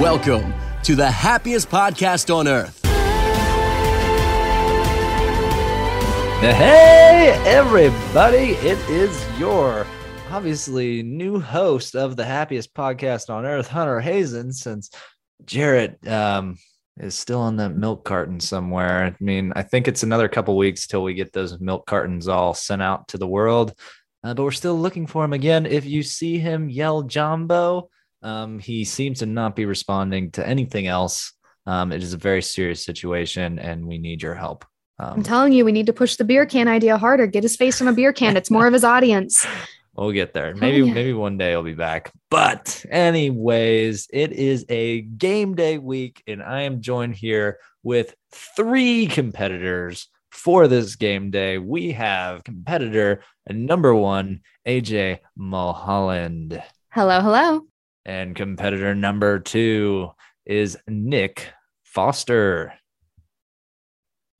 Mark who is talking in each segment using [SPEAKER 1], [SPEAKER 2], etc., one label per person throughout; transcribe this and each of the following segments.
[SPEAKER 1] Welcome to the happiest podcast on earth.
[SPEAKER 2] Hey, everybody, it is your obviously new host of the happiest podcast on earth, Hunter Hazen, since Jarrett um, is still in that milk carton somewhere. I mean, I think it's another couple weeks till we get those milk cartons all sent out to the world, uh, but we're still looking for him again. If you see him yell Jumbo, um, he seems to not be responding to anything else. Um, it is a very serious situation, and we need your help. Um,
[SPEAKER 3] I'm telling you, we need to push the beer can idea harder. Get his face on a beer can. It's more of his audience.
[SPEAKER 2] We'll get there.
[SPEAKER 3] Oh,
[SPEAKER 2] Maybe
[SPEAKER 3] yeah.
[SPEAKER 2] maybe one day I'll be back. But anyways, it is a game day week and I am joined here with three competitors for this game day. We have competitor number 1 AJ Mulholland
[SPEAKER 3] Hello, hello.
[SPEAKER 2] and competitor number 2 is Nick Foster.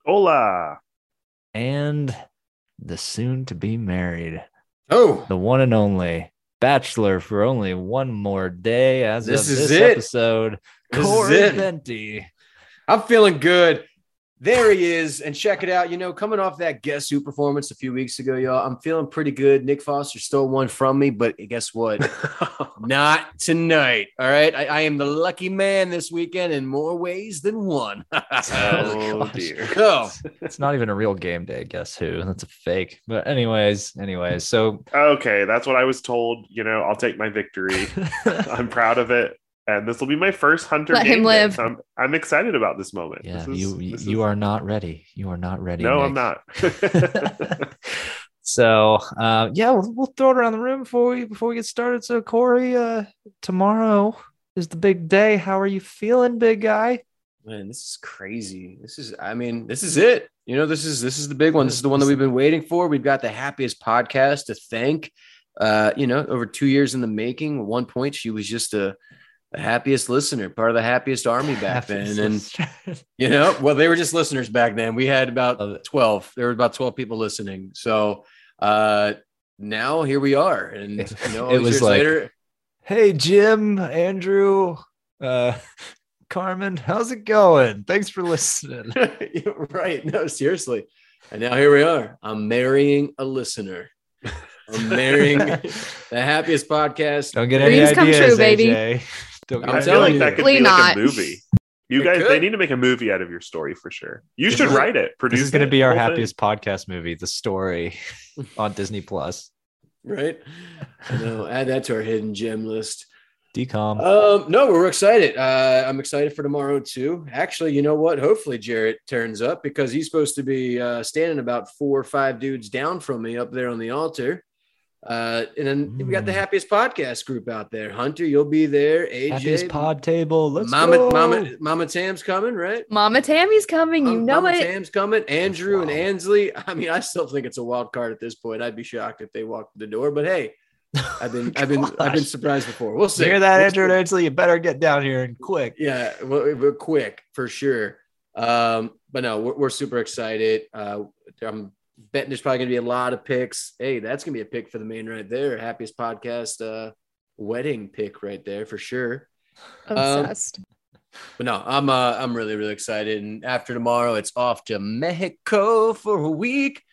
[SPEAKER 4] Hola.
[SPEAKER 2] and the soon to be married.
[SPEAKER 5] Oh.
[SPEAKER 2] The one and only bachelor for only one more day as
[SPEAKER 5] This
[SPEAKER 2] of
[SPEAKER 5] is
[SPEAKER 2] this
[SPEAKER 5] it.
[SPEAKER 2] episode.
[SPEAKER 5] This is
[SPEAKER 2] Corey
[SPEAKER 5] it.
[SPEAKER 2] Benty.
[SPEAKER 5] I'm feeling good. There he is. And check it out. You know, coming off that guess who performance a few weeks ago, y'all, I'm feeling pretty good. Nick Foster stole one from me, but guess what? Not tonight. All right. I, I am the lucky man this weekend in more ways than one.
[SPEAKER 2] Oh, gosh.
[SPEAKER 4] dear.
[SPEAKER 5] oh,
[SPEAKER 2] It's not even a real game day, guess who? That's a fake. But anyways, anyways, so
[SPEAKER 4] Okay, that's what I was told. You know, I'll take my victory. I'm proud of it. And this will be my first Hunter.
[SPEAKER 3] Let him
[SPEAKER 4] game day,
[SPEAKER 3] live.
[SPEAKER 4] so I'm, I'm excited about this moment.
[SPEAKER 2] yeah,
[SPEAKER 4] This is-
[SPEAKER 2] you
[SPEAKER 4] this
[SPEAKER 2] you
[SPEAKER 4] is-
[SPEAKER 2] are not ready. You are not ready. Nick.
[SPEAKER 4] No, I'm not.
[SPEAKER 2] so uh, yeah, we'll, we'll throw it around the room before we before we get started. So Corey, uh, tomorrow is the big day. How are you feeling, big guy?
[SPEAKER 5] man, this is crazy. This is, I mean, this is it. You know, this is this is the big one. This is the one that we've been waiting for. We've got the happiest podcast to thank. Uh, you know, over two years in the making. At one point, she was just a the happiest listener, part of the happiest army back then. And you know, well, they were just listeners back then. We had
[SPEAKER 2] Love
[SPEAKER 5] about
[SPEAKER 2] it.
[SPEAKER 5] 12. There were about 12 people listening. So uh now here we are. And
[SPEAKER 2] It-
[SPEAKER 5] you know,
[SPEAKER 2] it
[SPEAKER 5] all these
[SPEAKER 2] was
[SPEAKER 5] years
[SPEAKER 2] like-
[SPEAKER 5] later,
[SPEAKER 2] hey, Jim, Andrew, uh, Carmen, how's it going? Thanks for listening.
[SPEAKER 5] You're right. No, seriously. And now here we are. I'm marrying a listener. I'm marrying the happiest podcast.
[SPEAKER 2] Don't get any
[SPEAKER 3] Dreams come
[SPEAKER 2] ideas,
[SPEAKER 3] true, baby.
[SPEAKER 2] AJ. Don't get
[SPEAKER 5] I'm
[SPEAKER 4] I
[SPEAKER 2] any
[SPEAKER 4] feel
[SPEAKER 5] telling
[SPEAKER 4] like
[SPEAKER 5] you.
[SPEAKER 4] that could
[SPEAKER 3] Probably
[SPEAKER 4] be like
[SPEAKER 3] not.
[SPEAKER 4] a movie. You
[SPEAKER 5] It
[SPEAKER 4] guys, they
[SPEAKER 5] could.
[SPEAKER 4] need to make a movie out of your story for sure. You
[SPEAKER 5] This
[SPEAKER 4] should
[SPEAKER 5] is-
[SPEAKER 4] write it. Produce.
[SPEAKER 2] This is going
[SPEAKER 4] it,
[SPEAKER 2] to be our
[SPEAKER 4] whole thing.
[SPEAKER 2] happiest podcast movie, The Story, on Disney Plus.
[SPEAKER 5] Right? I know. Add that to our hidden gem list.
[SPEAKER 2] Decom.
[SPEAKER 5] Um, no, we're excited. Uh, I'm excited for tomorrow too. Actually, you know what? Hopefully Jarrett turns up because he's supposed to be uh, standing about four or five dudes down from me up there on the altar. Uh, and then we got the
[SPEAKER 2] Mm.
[SPEAKER 5] happiest podcast group out there. Hunter, you'll be there. AJ,
[SPEAKER 2] happiest pod table. Let's
[SPEAKER 5] Mama,
[SPEAKER 2] go.
[SPEAKER 5] Mama, Mama Tam's coming, right?
[SPEAKER 3] Mama Tammy's coming. You
[SPEAKER 2] Oh,
[SPEAKER 5] Mama-
[SPEAKER 3] know
[SPEAKER 5] Mama
[SPEAKER 3] it.
[SPEAKER 5] Tam's coming. Andrew and
[SPEAKER 2] Wow.
[SPEAKER 5] Ansley. I mean, I still think it's a wild card at this point. I'd be shocked if they walked through the door, but hey, I've been, I've been, I've been
[SPEAKER 2] Gosh.
[SPEAKER 5] surprised before. We'll see.
[SPEAKER 2] You hear that,
[SPEAKER 5] We'll
[SPEAKER 2] Andrew and
[SPEAKER 5] see.
[SPEAKER 2] Ansley? You better get down here and quick.
[SPEAKER 5] Yeah, well, we're quick for sure. Um, but no, we're, we're super excited. Uh, I'm betting there's probably going to be a lot of picks. Hey, that's going to be a pick for the main right there. Happiest podcast uh, wedding pick right there for sure.
[SPEAKER 2] Um,
[SPEAKER 3] Obsessed.
[SPEAKER 5] But no, I'm uh, I'm really really excited, and after tomorrow, it's off to Mexico for a week,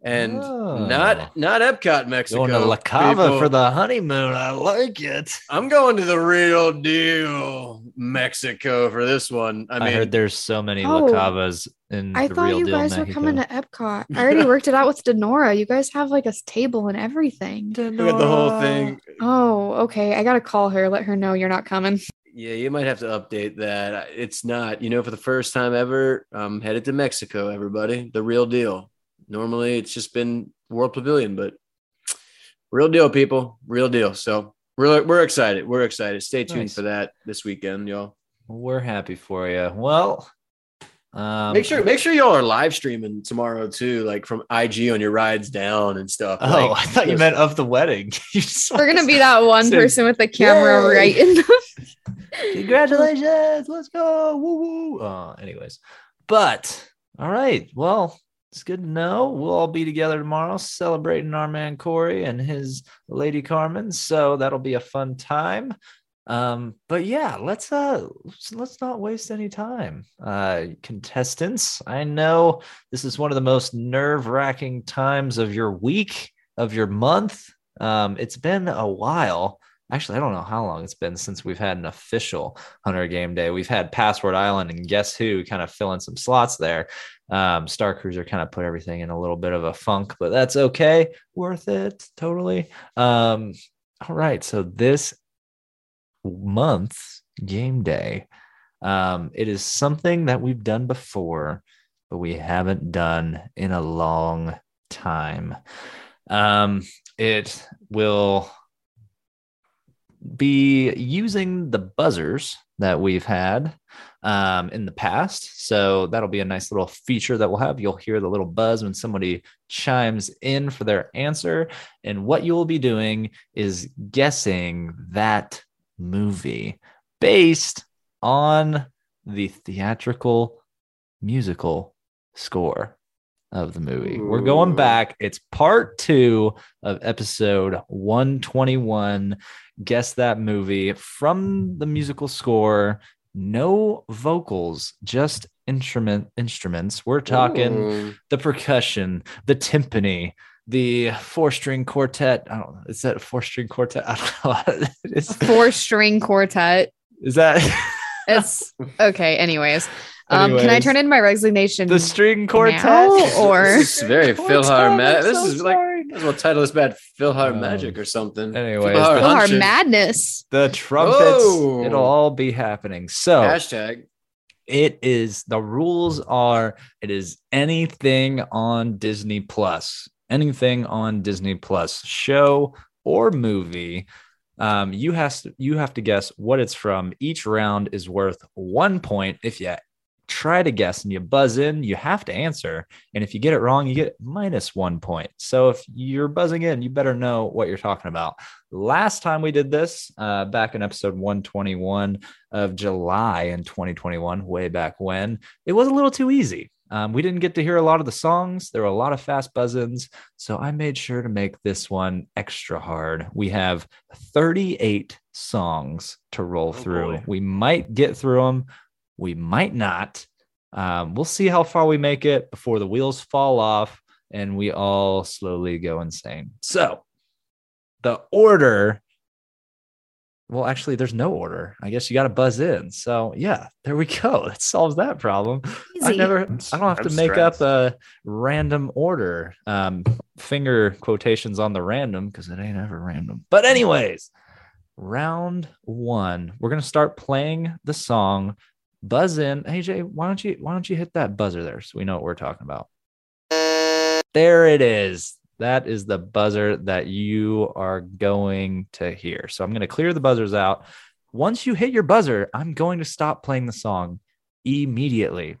[SPEAKER 5] and
[SPEAKER 2] Oh.
[SPEAKER 5] not not Epcot, Mexico.
[SPEAKER 2] Going to La Cava
[SPEAKER 5] people.
[SPEAKER 2] for the honeymoon. I like it.
[SPEAKER 5] I'm going to the real deal, Mexico, for this one. I
[SPEAKER 2] I,
[SPEAKER 5] mean,
[SPEAKER 2] heard there's so many
[SPEAKER 3] Oh,
[SPEAKER 2] lacavas in
[SPEAKER 3] I
[SPEAKER 2] the
[SPEAKER 3] thought
[SPEAKER 2] real
[SPEAKER 3] you
[SPEAKER 2] deal
[SPEAKER 3] guys were
[SPEAKER 2] Mexico.
[SPEAKER 3] coming to Epcot. I already worked it out with Denora. You guys have like a s- table and everything.
[SPEAKER 5] we got the whole thing.
[SPEAKER 3] Oh, okay. I gotta call her. Let her know you're not coming.
[SPEAKER 5] Yeah, you might have to update that. I- It's not, you know, for the first time ever, I'm headed to Mexico, everybody. The real deal. Normally it's just been World Pavilion, but real deal, people. Real deal. So we're, we're excited. We're excited. Stay tuned
[SPEAKER 2] Nice.
[SPEAKER 5] for that this weekend, y'all.
[SPEAKER 2] We're happy for you. Well, um,
[SPEAKER 5] make sure make sure y'all are live streaming tomorrow too, like from IG on your rides down and stuff.
[SPEAKER 2] Oh,
[SPEAKER 5] Like,
[SPEAKER 2] I thought you meant of the wedding. You just-
[SPEAKER 3] We're gonna be that one
[SPEAKER 2] So-
[SPEAKER 3] person with the camera
[SPEAKER 2] Yay.
[SPEAKER 3] right in the
[SPEAKER 2] Congratulations! Let's go! Woo woo! Uh, anyways, but all right. Well, it's good to know. We'll all be together tomorrow celebrating our man Corey and his lady Carmen. So that'll be a fun time. Um, but yeah, let's uh let's, let's not waste any time. Uh contestants, I know this is one of the most nerve-wracking times of your week, of your month. Um, it's been a while. Actually, I don't know how long it's been since we've had an official Hunter Game Day. We've had Password Island and Guess Who kind of fill in some slots there. Um, Star Cruiser kind of put everything in a little bit of a funk, but that's okay. Worth it, totally. Um, all right, so this month's game day. Um, it is something that we've done before, but we haven't done in a long time. Um, it will be using the buzzers that we've had um, in the past. So that'll be a nice little feature that we'll have. You'll hear the little buzz when somebody chimes in for their answer. And what you will be doing is guessing that movie based on the theatrical musical score of the movie. We're going
[SPEAKER 5] Ooh.
[SPEAKER 2] back. It's part two of episode 121. Guess that movie from the musical score. No vocals, just instrument instruments. We're talking
[SPEAKER 5] Ooh.
[SPEAKER 2] the percussion, the timpani, the four string quartet. I don't know. Is that a four string quartet? I don't know. It's-
[SPEAKER 3] Four string quartet.
[SPEAKER 2] is that
[SPEAKER 3] It's okay. Anyways, um, can I
[SPEAKER 2] Anyways.
[SPEAKER 3] turn in my resignation?
[SPEAKER 2] the string quartet?
[SPEAKER 3] Now, or-
[SPEAKER 5] this is very
[SPEAKER 2] Quartet,
[SPEAKER 5] Philhar
[SPEAKER 2] I'm
[SPEAKER 5] Magic. This
[SPEAKER 2] so
[SPEAKER 5] is like
[SPEAKER 2] sorry.
[SPEAKER 5] might as well title this bad Philhar
[SPEAKER 2] Um,
[SPEAKER 5] Magic or something.
[SPEAKER 2] anyways.
[SPEAKER 5] Philhar
[SPEAKER 3] Our
[SPEAKER 5] Hunches.
[SPEAKER 3] madness.
[SPEAKER 2] the trumpets.
[SPEAKER 5] Whoa.
[SPEAKER 2] It'll all be happening. So
[SPEAKER 5] Hashtag.
[SPEAKER 2] it is the rules are it is anything on Disney Plus, anything on Disney Plus show or movie. Um, you has to, you have to guess what it's from. Each round is worth one point. If you try to guess and you buzz in, you have to answer. And if you get it wrong, you get minus one point. So if you're buzzing in, you better know what you're talking about. Last time we did this, uh, back in episode 121 of July in 2021, way back when, it was a little too easy. Um, we didn't get to hear a lot of the songs. There were a lot of fast buzz ins. So I made sure to make this one extra hard. We have 38 songs to roll through.
[SPEAKER 4] boy.
[SPEAKER 2] We might get through them, we might not. Um, we'll see how far we make it before the wheels fall off and we all slowly go insane. So, the order. Well, actually, there's no order. I guess you got to buzz in. So, yeah, there we go. That solves that problem. I
[SPEAKER 3] Easy.
[SPEAKER 2] never. I don't have to
[SPEAKER 4] I'm
[SPEAKER 2] make up
[SPEAKER 4] stressed.
[SPEAKER 2] a random order. Um, finger quotations on the random because it ain't ever random. But anyways, round one. We're gonna start playing the song. Buzz in. Hey Jay, why don't you why don't you hit that buzzer there so we know what we're talking about? There it is. That is the buzzer that you are going to hear. So I'm gonna clear the buzzers out. Once you hit your buzzer, I'm going to stop playing the song immediately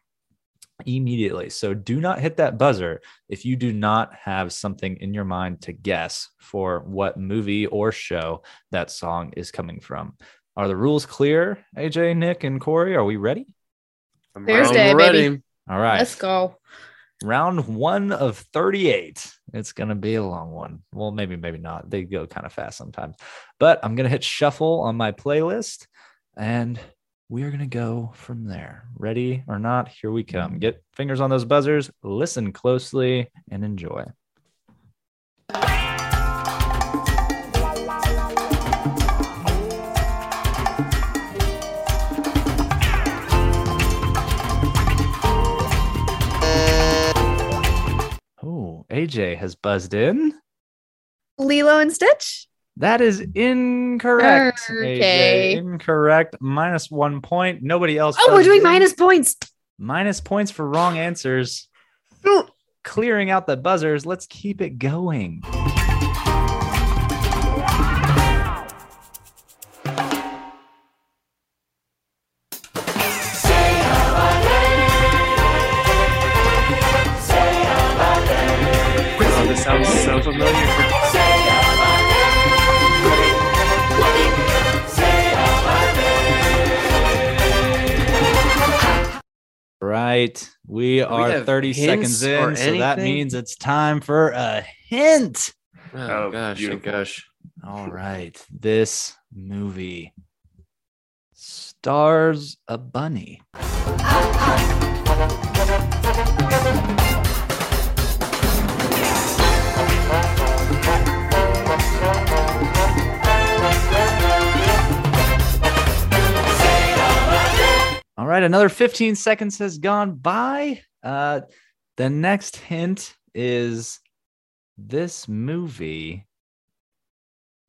[SPEAKER 2] immediately. So do not hit that buzzer if you do not have something in your mind to guess for what movie or show that song is coming from. Are the rules clear? AJ, Nick, and Corey, are we ready?
[SPEAKER 4] I'm
[SPEAKER 3] Thursday,
[SPEAKER 4] round-
[SPEAKER 5] I'm ready.
[SPEAKER 2] All right.
[SPEAKER 3] Let's go.
[SPEAKER 2] Round one of 38. It's going to be a long one. Well, maybe, maybe not. They go kind of fast sometimes, but I'm going to hit shuffle on my playlist and we are going to go from there. Ready or not, here we come. Get fingers on those buzzers, listen closely, and enjoy. Oh, AJ has buzzed in.
[SPEAKER 3] Lilo and Stitch.
[SPEAKER 2] That is incorrect. AJ.
[SPEAKER 3] Okay.
[SPEAKER 2] Incorrect. Minus one point. Nobody else.
[SPEAKER 3] Oh, we're
[SPEAKER 2] buzzed
[SPEAKER 3] doing
[SPEAKER 2] in.
[SPEAKER 3] minus points.
[SPEAKER 2] minus points for wrong answers.
[SPEAKER 3] Ooh.
[SPEAKER 2] Clearing out the buzzers. Let's keep it going.
[SPEAKER 4] Oh, this sounds so familiar.
[SPEAKER 2] Right. We are
[SPEAKER 5] have
[SPEAKER 2] 30
[SPEAKER 5] hints
[SPEAKER 2] seconds
[SPEAKER 5] or
[SPEAKER 2] in. So that
[SPEAKER 5] anything?
[SPEAKER 2] means it's time for a hint.
[SPEAKER 5] Oh,
[SPEAKER 4] Oh,
[SPEAKER 5] gosh, oh,
[SPEAKER 4] beautiful.
[SPEAKER 5] gosh.
[SPEAKER 2] All right. This movie stars a bunny. All right, another 15 seconds has gone by. Uh, the next hint is this movie.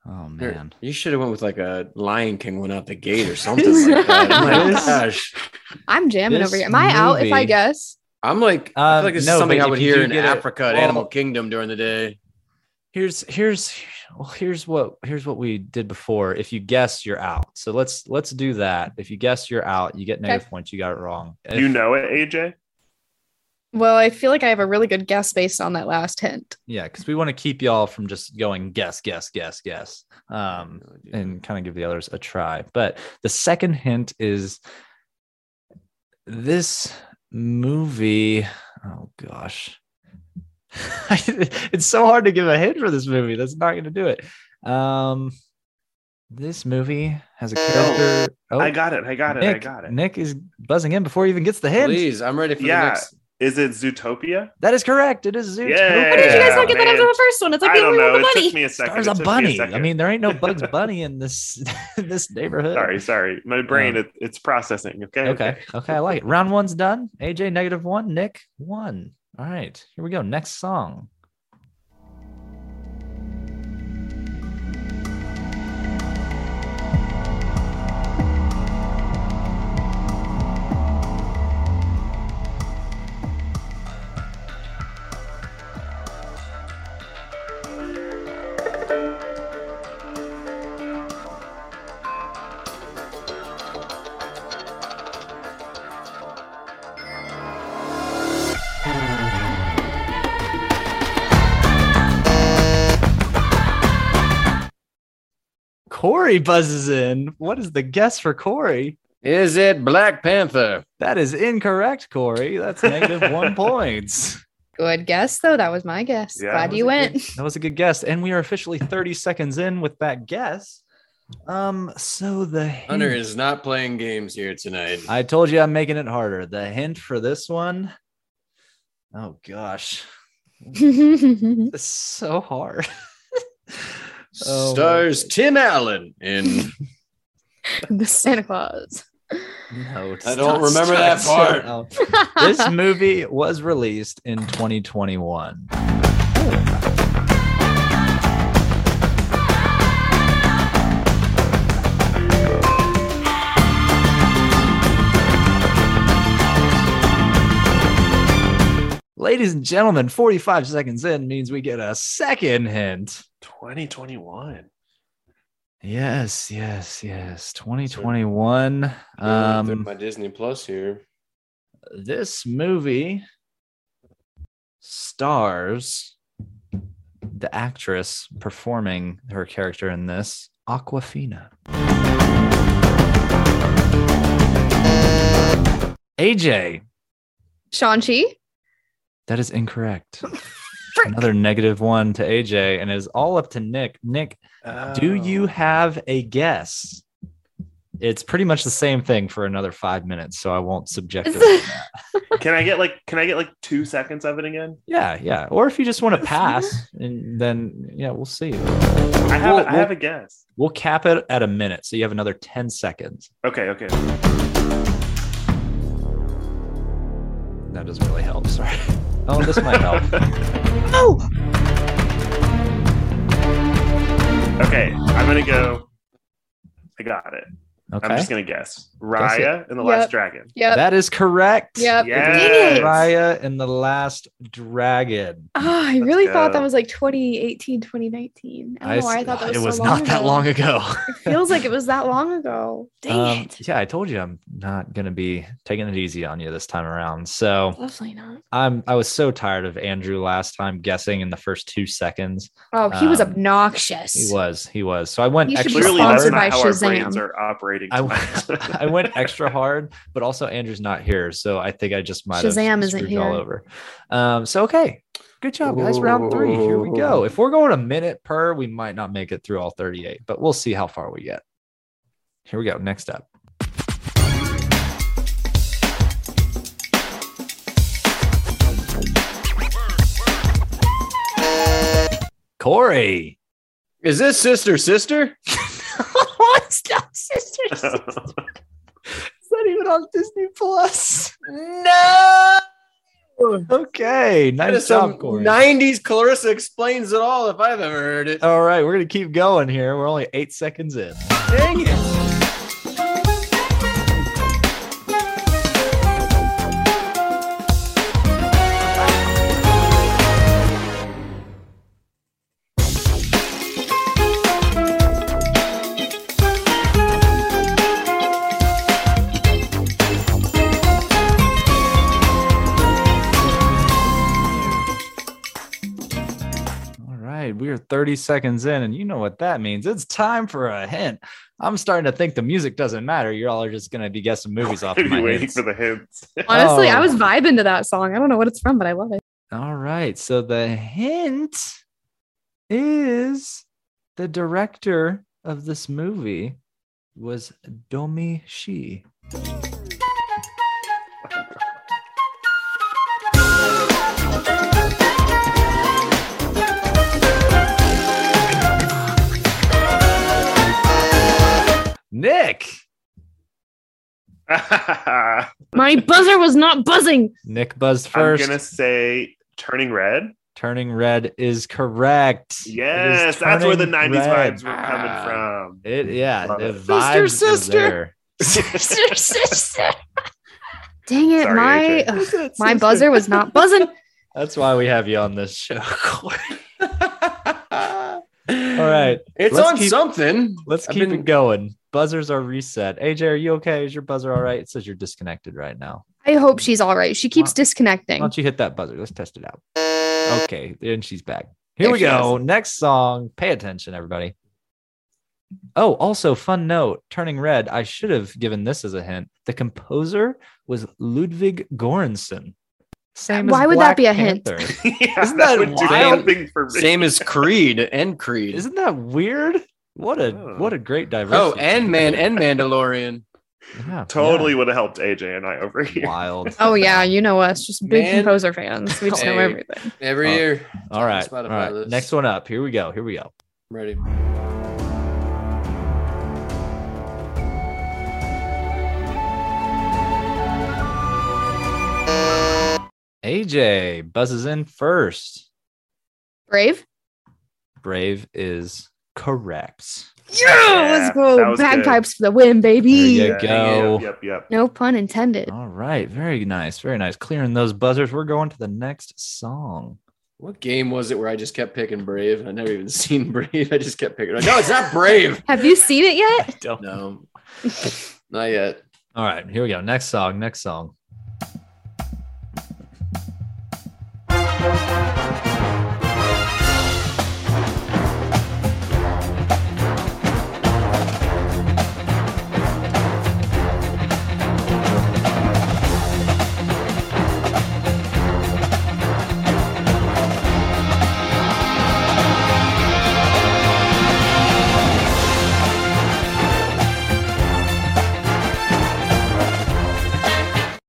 [SPEAKER 2] Oh
[SPEAKER 5] There-
[SPEAKER 2] man.
[SPEAKER 5] You should have went with like a Lion King went out the gate or something like that. I'm like,
[SPEAKER 2] This-
[SPEAKER 5] gosh.
[SPEAKER 3] I'm jamming
[SPEAKER 2] This
[SPEAKER 3] over here. Am I out if I
[SPEAKER 2] movie-
[SPEAKER 3] guess?
[SPEAKER 5] I'm like, I
[SPEAKER 2] Um,
[SPEAKER 5] feel like this
[SPEAKER 2] no,
[SPEAKER 5] is something
[SPEAKER 2] but
[SPEAKER 5] I
[SPEAKER 2] if
[SPEAKER 5] would
[SPEAKER 2] you
[SPEAKER 5] hear
[SPEAKER 2] do
[SPEAKER 5] in
[SPEAKER 2] get it-
[SPEAKER 5] Africa at
[SPEAKER 2] well-
[SPEAKER 5] Animal Kingdom during the day.
[SPEAKER 2] here's here's well, here's what here's what we did before if you guess you're out so let's let's do that if you guess you're out you get negative points you got it wrong
[SPEAKER 4] You know it, AJ?
[SPEAKER 3] Well, I feel like I have a really good guess based on that last hint.
[SPEAKER 2] yeah because we want to keep y'all from just going guess guess guess guess um
[SPEAKER 5] Oh,
[SPEAKER 2] and kind of give the others a try but the second hint is this movie oh gosh it's so hard to give a hint for this movie that's not going to do it um this movie has a character oh.
[SPEAKER 4] I got it. I got it.
[SPEAKER 2] Nick,
[SPEAKER 4] I got it.
[SPEAKER 2] Nick is buzzing in before he even gets the hint.
[SPEAKER 5] Please, I'm ready for
[SPEAKER 4] Yeah.
[SPEAKER 5] the next.
[SPEAKER 4] Is it Zootopia?
[SPEAKER 2] That is correct. It is Zootopia.
[SPEAKER 4] Yeah.
[SPEAKER 3] How did you guys
[SPEAKER 4] Yeah,
[SPEAKER 3] not get that after
[SPEAKER 4] man.
[SPEAKER 3] the first one? It's like
[SPEAKER 4] I
[SPEAKER 3] the
[SPEAKER 4] don't
[SPEAKER 3] only one
[SPEAKER 4] know.
[SPEAKER 3] with
[SPEAKER 4] It
[SPEAKER 3] a bunny.
[SPEAKER 4] took me a second.
[SPEAKER 2] There's
[SPEAKER 4] It
[SPEAKER 2] a
[SPEAKER 4] took me
[SPEAKER 2] bunny. I
[SPEAKER 4] second.
[SPEAKER 2] mean, there ain't no Bugs Bunny in this in this neighborhood.
[SPEAKER 4] sorry, sorry. My brain,
[SPEAKER 2] Um,
[SPEAKER 4] it, it's processing. Okay.
[SPEAKER 2] Okay. Okay. I like it. Round one's done. AJ negative one. Nick one. All right. Here we go. Next song. Corey buzzes in. What is the guess for Corey?
[SPEAKER 5] Is it Black Panther?
[SPEAKER 2] That is incorrect, Corey. That's negative one points.
[SPEAKER 3] Good guess, though. That was my guess.
[SPEAKER 4] Yeah,
[SPEAKER 3] Glad
[SPEAKER 4] that
[SPEAKER 3] you
[SPEAKER 2] was a
[SPEAKER 3] went.
[SPEAKER 2] That was a good guess. And we are officially 30 seconds in with that guess. Um, so the hint,
[SPEAKER 5] Hunter is not playing games here tonight.
[SPEAKER 2] I told you I'm making it harder. The hint for this one. Oh gosh. It's so hard. Oh my
[SPEAKER 5] Stars
[SPEAKER 2] God.
[SPEAKER 5] Tim Allen in.
[SPEAKER 3] the Santa Claus.
[SPEAKER 2] No, it's
[SPEAKER 5] I
[SPEAKER 2] not
[SPEAKER 5] don't remember that
[SPEAKER 2] Stars.
[SPEAKER 5] part.
[SPEAKER 2] No. this movie was released in 2021. Ladies and gentlemen, 45 seconds in means we get a second hint.
[SPEAKER 4] 2021.
[SPEAKER 2] Yes, yes, yes. 2021.
[SPEAKER 5] Through
[SPEAKER 2] Um,
[SPEAKER 5] my Disney Plus here.
[SPEAKER 2] this movie stars the actress performing her character in this aquafina aj
[SPEAKER 3] Shang Chi.
[SPEAKER 2] that is incorrect another negative one to aj and it is all up to nick nick do
[SPEAKER 5] Oh.
[SPEAKER 2] you have a guess it's pretty much the same thing for another five minutes so i won't subject it
[SPEAKER 4] Can I get like? Can I get like two seconds of it again?
[SPEAKER 2] Yeah, yeah. Or if you just want to pass, and then yeah, we'll see.
[SPEAKER 4] I have.
[SPEAKER 2] Well,
[SPEAKER 4] I have a guess.
[SPEAKER 2] We'll cap it at a minute, so you have another ten seconds.
[SPEAKER 4] Okay. Okay.
[SPEAKER 2] That doesn't really help. Sorry. Oh, this might help.
[SPEAKER 3] Oh,
[SPEAKER 4] Okay. I'm gonna go. I got it. I'm
[SPEAKER 2] Okay,
[SPEAKER 4] just gonna guess.
[SPEAKER 2] it.
[SPEAKER 4] Raya and the
[SPEAKER 3] Yep.
[SPEAKER 4] Last Dragon.
[SPEAKER 3] yep.
[SPEAKER 2] that is correct.
[SPEAKER 3] yep.
[SPEAKER 4] Yes.
[SPEAKER 3] Dang it.
[SPEAKER 2] Raya and the Last Dragon.
[SPEAKER 3] Ah, I
[SPEAKER 4] Let's
[SPEAKER 3] really thought that
[SPEAKER 4] go.
[SPEAKER 3] was like 2018, 2019. I don't know
[SPEAKER 2] s-
[SPEAKER 3] why I thought that was
[SPEAKER 2] it
[SPEAKER 3] so
[SPEAKER 2] was not that
[SPEAKER 3] ago.
[SPEAKER 2] long ago.
[SPEAKER 3] It feels like it was that long ago. Dang
[SPEAKER 2] Um,
[SPEAKER 3] it.
[SPEAKER 2] Yeah, I told you I'm not gonna be taking it easy on you this time around. So
[SPEAKER 3] Definitely not.
[SPEAKER 2] I'm I was so tired of Andrew last time guessing in the first two seconds.
[SPEAKER 3] Oh, he was
[SPEAKER 2] Um,
[SPEAKER 3] obnoxious.
[SPEAKER 2] He was, he was. So I went
[SPEAKER 3] You should be
[SPEAKER 2] extra
[SPEAKER 4] Clearly,
[SPEAKER 2] hard.
[SPEAKER 4] that's
[SPEAKER 3] sponsored by
[SPEAKER 4] not how our
[SPEAKER 3] Shazam.
[SPEAKER 4] brains are operating.
[SPEAKER 2] I,
[SPEAKER 4] tonight.
[SPEAKER 2] went- I went extra hard, but also Andrew's not here, so I think I just might have
[SPEAKER 3] Shazam isn't
[SPEAKER 2] screwed y'all
[SPEAKER 3] here.
[SPEAKER 2] over. Um, so okay, good job, guys. Round three, here we go. If we're going a minute per, we might not make it through all thirty-eight, but we'll see how far we get. Here we go. Next up, Corey.
[SPEAKER 5] Is this sister sister?
[SPEAKER 2] What's not sister? Is that even on Disney Plus?
[SPEAKER 5] No.
[SPEAKER 2] Okay,
[SPEAKER 5] That is
[SPEAKER 2] nice
[SPEAKER 5] some
[SPEAKER 2] job, Corey.
[SPEAKER 5] 90s Clarissa explains it all if I've ever heard it.
[SPEAKER 2] All right, we're gonna keep going here. We're only eight seconds in.
[SPEAKER 5] Dang it.
[SPEAKER 2] All right, we are 30 seconds in, and you know what that means. It's time for a hint. I'm starting to think the music doesn't matter. You all are just gonna be guessing movies off of
[SPEAKER 4] Maybe
[SPEAKER 2] my
[SPEAKER 4] waiting
[SPEAKER 2] hints.
[SPEAKER 4] for the hints.
[SPEAKER 3] Honestly,
[SPEAKER 2] Oh.
[SPEAKER 3] I was vibing to that song. I don't know what it's from, but I love it.
[SPEAKER 2] All right. So the hint is the director of this movie was Domi Shi. Nick.
[SPEAKER 4] I'm
[SPEAKER 3] My buzzer was not buzzing.
[SPEAKER 2] Nick buzzed first.
[SPEAKER 4] gonna say turning red.
[SPEAKER 2] Turning red is correct. It is
[SPEAKER 4] Yes, that's where the
[SPEAKER 2] Turning
[SPEAKER 4] 90s
[SPEAKER 2] Red. Ah.
[SPEAKER 4] vibes were coming from.
[SPEAKER 2] It yeah,
[SPEAKER 4] Love
[SPEAKER 2] the
[SPEAKER 4] it.
[SPEAKER 2] vibes
[SPEAKER 3] Sister,
[SPEAKER 2] were
[SPEAKER 3] sister.
[SPEAKER 2] there.
[SPEAKER 3] Sister, sister. Dang it,
[SPEAKER 4] Sorry,
[SPEAKER 3] my
[SPEAKER 4] AJ.
[SPEAKER 3] ugh, my buzzer was not buzzing.
[SPEAKER 2] That's why we have you on this show. Corey. All right,
[SPEAKER 5] It's
[SPEAKER 2] Let's
[SPEAKER 5] on
[SPEAKER 2] keep-
[SPEAKER 5] something.
[SPEAKER 2] let's
[SPEAKER 5] I've
[SPEAKER 2] keep
[SPEAKER 5] been-
[SPEAKER 2] it going. Buzzers are reset. AJ, are you okay? Is your buzzer all right? It says you're disconnected right now.
[SPEAKER 3] I hope she's all right. She keeps
[SPEAKER 2] Why- Why
[SPEAKER 3] disconnecting.
[SPEAKER 2] don't you hit that buzzer? Let's test it out. Okay, and she's back. Here
[SPEAKER 5] There
[SPEAKER 2] we
[SPEAKER 5] she
[SPEAKER 2] go. Next song. Pay attention, everybody. Oh, also, fun note Turning Red, I should have given this as a hint. The composer was Ludwig Göransson. Same as
[SPEAKER 3] Why would
[SPEAKER 2] Black
[SPEAKER 3] that be a hint?
[SPEAKER 2] Panther.
[SPEAKER 4] Yeah,
[SPEAKER 2] Isn't that
[SPEAKER 4] would do
[SPEAKER 5] wild?
[SPEAKER 4] nothing for me.
[SPEAKER 5] Same as Creed and Creed.
[SPEAKER 2] Isn't that weird? What a
[SPEAKER 4] Oh.
[SPEAKER 2] what a great
[SPEAKER 5] oh,
[SPEAKER 2] diversity.
[SPEAKER 5] and Man and Mandalorian.
[SPEAKER 2] Yeah,
[SPEAKER 4] Totally
[SPEAKER 2] yeah.
[SPEAKER 4] would have helped AJ and I over here.
[SPEAKER 2] wild.
[SPEAKER 3] Oh yeah, you know us, just big
[SPEAKER 5] Man.
[SPEAKER 3] composer fans. We just know
[SPEAKER 5] Hey.
[SPEAKER 3] everything.
[SPEAKER 5] Every
[SPEAKER 2] Oh.
[SPEAKER 5] year.
[SPEAKER 2] All right, all
[SPEAKER 5] Spotify
[SPEAKER 2] right.
[SPEAKER 5] list.
[SPEAKER 2] Next one up. Here we go. Here we go.
[SPEAKER 5] I'm ready.
[SPEAKER 2] AJ buzzes in first.
[SPEAKER 3] Brave.
[SPEAKER 2] Brave is correct.
[SPEAKER 3] Yeah, let's go.
[SPEAKER 4] that was good.
[SPEAKER 3] Bagpipes for the win, baby.
[SPEAKER 2] There you
[SPEAKER 4] Yeah,
[SPEAKER 2] go.
[SPEAKER 4] Yep, yep.
[SPEAKER 3] No pun intended.
[SPEAKER 2] All right. Very nice. Very nice. Clearing those buzzers. We're going to the next song.
[SPEAKER 5] What game was it where I just kept picking Brave? I never even seen Brave. I just kept picking. Like, no, it's not Brave.
[SPEAKER 3] Have you seen it yet?
[SPEAKER 2] Don't.
[SPEAKER 5] No, not yet.
[SPEAKER 2] All right. Here we go. Next song. Next song.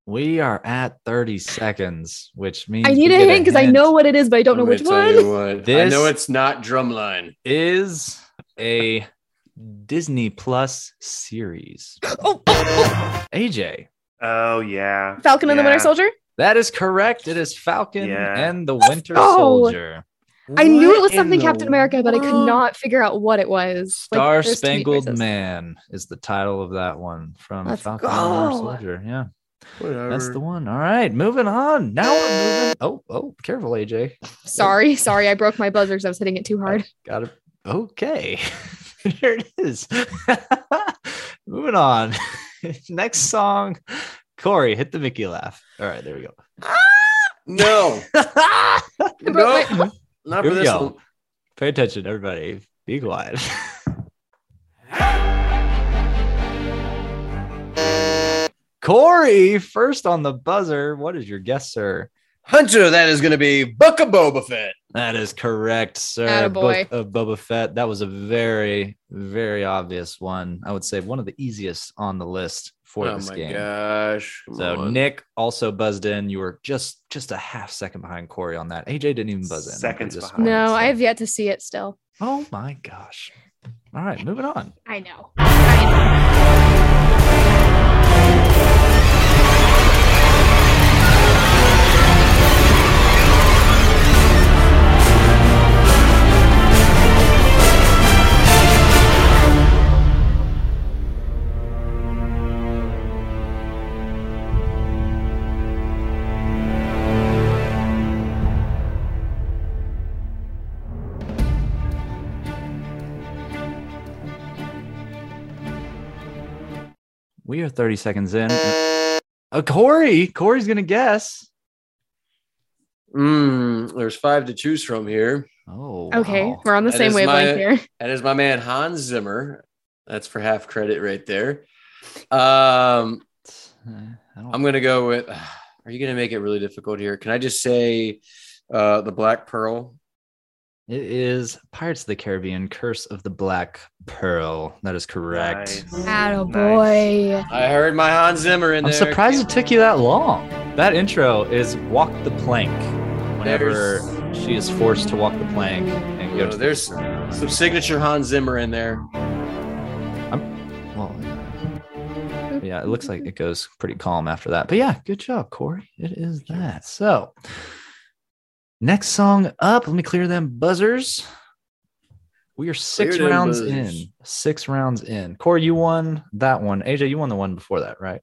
[SPEAKER 2] We are at 30 seconds, which means
[SPEAKER 3] I need
[SPEAKER 2] we
[SPEAKER 3] a
[SPEAKER 2] get
[SPEAKER 3] hint because I know what it is, but I don't know
[SPEAKER 5] I'm
[SPEAKER 3] which
[SPEAKER 5] gonna tell
[SPEAKER 3] one.
[SPEAKER 5] you what. I
[SPEAKER 2] This-
[SPEAKER 5] know it's not Drumline.
[SPEAKER 2] is a Disney Plus series.
[SPEAKER 3] Oh, oh, oh.
[SPEAKER 2] AJ,
[SPEAKER 4] Oh yeah.
[SPEAKER 3] Falcon and the Winter
[SPEAKER 4] Yeah.
[SPEAKER 3] Soldier.
[SPEAKER 2] that is correct. It is Falcon
[SPEAKER 4] Yeah.
[SPEAKER 2] and the Winter
[SPEAKER 3] go.
[SPEAKER 2] Soldier.
[SPEAKER 3] I knew it was
[SPEAKER 5] in
[SPEAKER 3] something
[SPEAKER 5] the
[SPEAKER 3] Captain America, but I could
[SPEAKER 5] world?
[SPEAKER 3] not figure out what it was. Like,
[SPEAKER 2] Star
[SPEAKER 3] there's too many
[SPEAKER 2] Spangled
[SPEAKER 3] choices.
[SPEAKER 2] Man is the title of that one from
[SPEAKER 3] Let's
[SPEAKER 2] Falcon and the
[SPEAKER 3] go.
[SPEAKER 2] Winter Soldier. Yeah,
[SPEAKER 5] Whatever.
[SPEAKER 2] that's the one. All right, moving on. Now we're moving. Oh, oh, careful, AJ.
[SPEAKER 3] Sorry, sorry, I broke my buzzer because I was hitting it too hard.
[SPEAKER 2] Got it. Okay. Here it is. Moving on. Next song. Corey, hit the Mickey laugh. All right, there we go.
[SPEAKER 5] No,
[SPEAKER 3] But
[SPEAKER 5] no,
[SPEAKER 3] wait,
[SPEAKER 5] not
[SPEAKER 2] Here
[SPEAKER 5] for
[SPEAKER 2] we
[SPEAKER 5] this
[SPEAKER 2] go.
[SPEAKER 5] one.
[SPEAKER 2] Pay attention, everybody. Be quiet. Corey, first on the buzzer. What is your guess, sir?
[SPEAKER 5] Hunter, that is going to be Book of Boba Fett.
[SPEAKER 2] That is correct, sir.
[SPEAKER 3] Attaboy.
[SPEAKER 2] Book of Boba Fett. That was a very, very obvious one. I would say one of the easiest on the list for
[SPEAKER 5] oh
[SPEAKER 2] this
[SPEAKER 5] my
[SPEAKER 2] game.
[SPEAKER 5] gosh. Come
[SPEAKER 2] So
[SPEAKER 5] on.
[SPEAKER 2] Nick also buzzed in. You were just just a half second behind Corey on that. AJ didn't even buzz in.
[SPEAKER 4] Seconds
[SPEAKER 2] Just
[SPEAKER 4] behind.
[SPEAKER 2] one,
[SPEAKER 3] No,
[SPEAKER 2] so-
[SPEAKER 3] I have yet to see it still.
[SPEAKER 2] Oh my gosh! All right, moving on.
[SPEAKER 3] I know. I know.
[SPEAKER 2] We are thirty seconds in. Oh, Corey! Corey's gonna guess.
[SPEAKER 5] Mm, there's five to choose from here.
[SPEAKER 2] Oh.
[SPEAKER 3] Okay,
[SPEAKER 2] wow.
[SPEAKER 3] we're on the
[SPEAKER 5] That
[SPEAKER 3] same
[SPEAKER 5] is my-
[SPEAKER 3] wavelength here.
[SPEAKER 5] That is my man Hans Zimmer. That's for half credit right there. Um,
[SPEAKER 2] I don't-
[SPEAKER 5] I'm gonna go with. Are you gonna make it really difficult here? Can I just say uh, the Black Pearl?
[SPEAKER 2] It is Pirates of the Caribbean: Curse of the Black Pearl. That is correct.
[SPEAKER 4] Nice.
[SPEAKER 3] Attaboy.
[SPEAKER 5] I heard my Hans Zimmer in
[SPEAKER 2] I'm
[SPEAKER 5] there.
[SPEAKER 2] surprised it took you that long. That intro is "Walk the Plank." Whenever she is forced to walk the plank and go
[SPEAKER 5] No,
[SPEAKER 2] to the
[SPEAKER 5] there's some signature Hans Zimmer in there.
[SPEAKER 2] Well, yeah. yeah, it looks like it goes pretty calm after that. But yeah, good job, Corey. It is that. So, next song up. Let me clear them buzzers. We are six
[SPEAKER 5] Clear them
[SPEAKER 2] rounds
[SPEAKER 5] buzzers.
[SPEAKER 2] in. Six rounds in. Corey, you won that one. AJ, you won the one before that, right?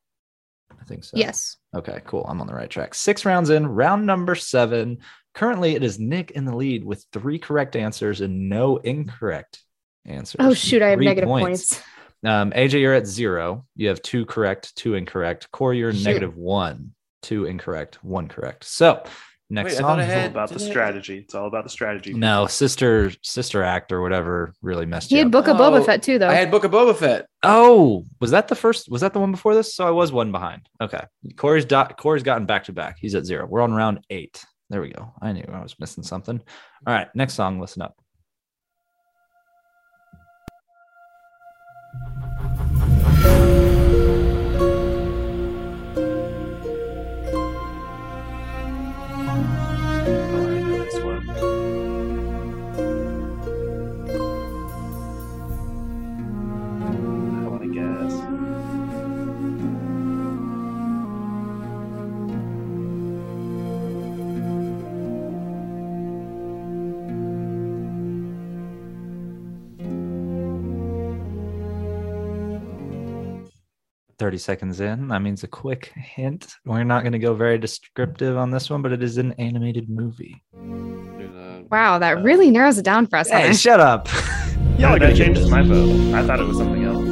[SPEAKER 2] I think so.
[SPEAKER 3] Yes.
[SPEAKER 2] Okay, cool. I'm on the right track. Six rounds in, round number seven. Currently, it is Nick in the lead with three correct answers and no incorrect answers.
[SPEAKER 3] Oh shoot, I have
[SPEAKER 2] Three
[SPEAKER 3] negative
[SPEAKER 2] points.
[SPEAKER 3] points.
[SPEAKER 2] Um, AJ, you're at zero. You have two correct, two incorrect. Corey, you're
[SPEAKER 3] Shoot.
[SPEAKER 2] negative one, two incorrect, one correct. So next
[SPEAKER 5] Wait, I thought
[SPEAKER 2] song.
[SPEAKER 5] I
[SPEAKER 4] It's all
[SPEAKER 5] had-
[SPEAKER 4] about the
[SPEAKER 5] Didn't I-
[SPEAKER 4] strategy. It's all about the strategy.
[SPEAKER 2] No, sister, sister act or whatever really messed
[SPEAKER 3] He
[SPEAKER 2] you
[SPEAKER 3] had
[SPEAKER 2] up.
[SPEAKER 3] Book of
[SPEAKER 5] Oh,
[SPEAKER 3] Boba Fett too, though.
[SPEAKER 5] I had Book of Boba Fett.
[SPEAKER 2] oh, was that the first? Was that the one before this? So I was one behind. Okay, Corey's dot. Corey's gotten back to back. He's at zero. We're on round eight. There we go. I knew I was missing something. All right, next song. Listen up.
[SPEAKER 4] Oh, I know this one. I want to guess.
[SPEAKER 2] Thirty seconds in. That means a quick hint. We're not going to go very descriptive on this one, but it is an animated movie.
[SPEAKER 3] wow,
[SPEAKER 5] Oh.
[SPEAKER 3] that really narrows it down for us.
[SPEAKER 2] Hey,
[SPEAKER 3] huh?
[SPEAKER 2] shut up.
[SPEAKER 4] Yeah,
[SPEAKER 2] are
[SPEAKER 4] that
[SPEAKER 2] gonna get
[SPEAKER 4] changes
[SPEAKER 2] this.
[SPEAKER 4] my vote. I thought it was something else.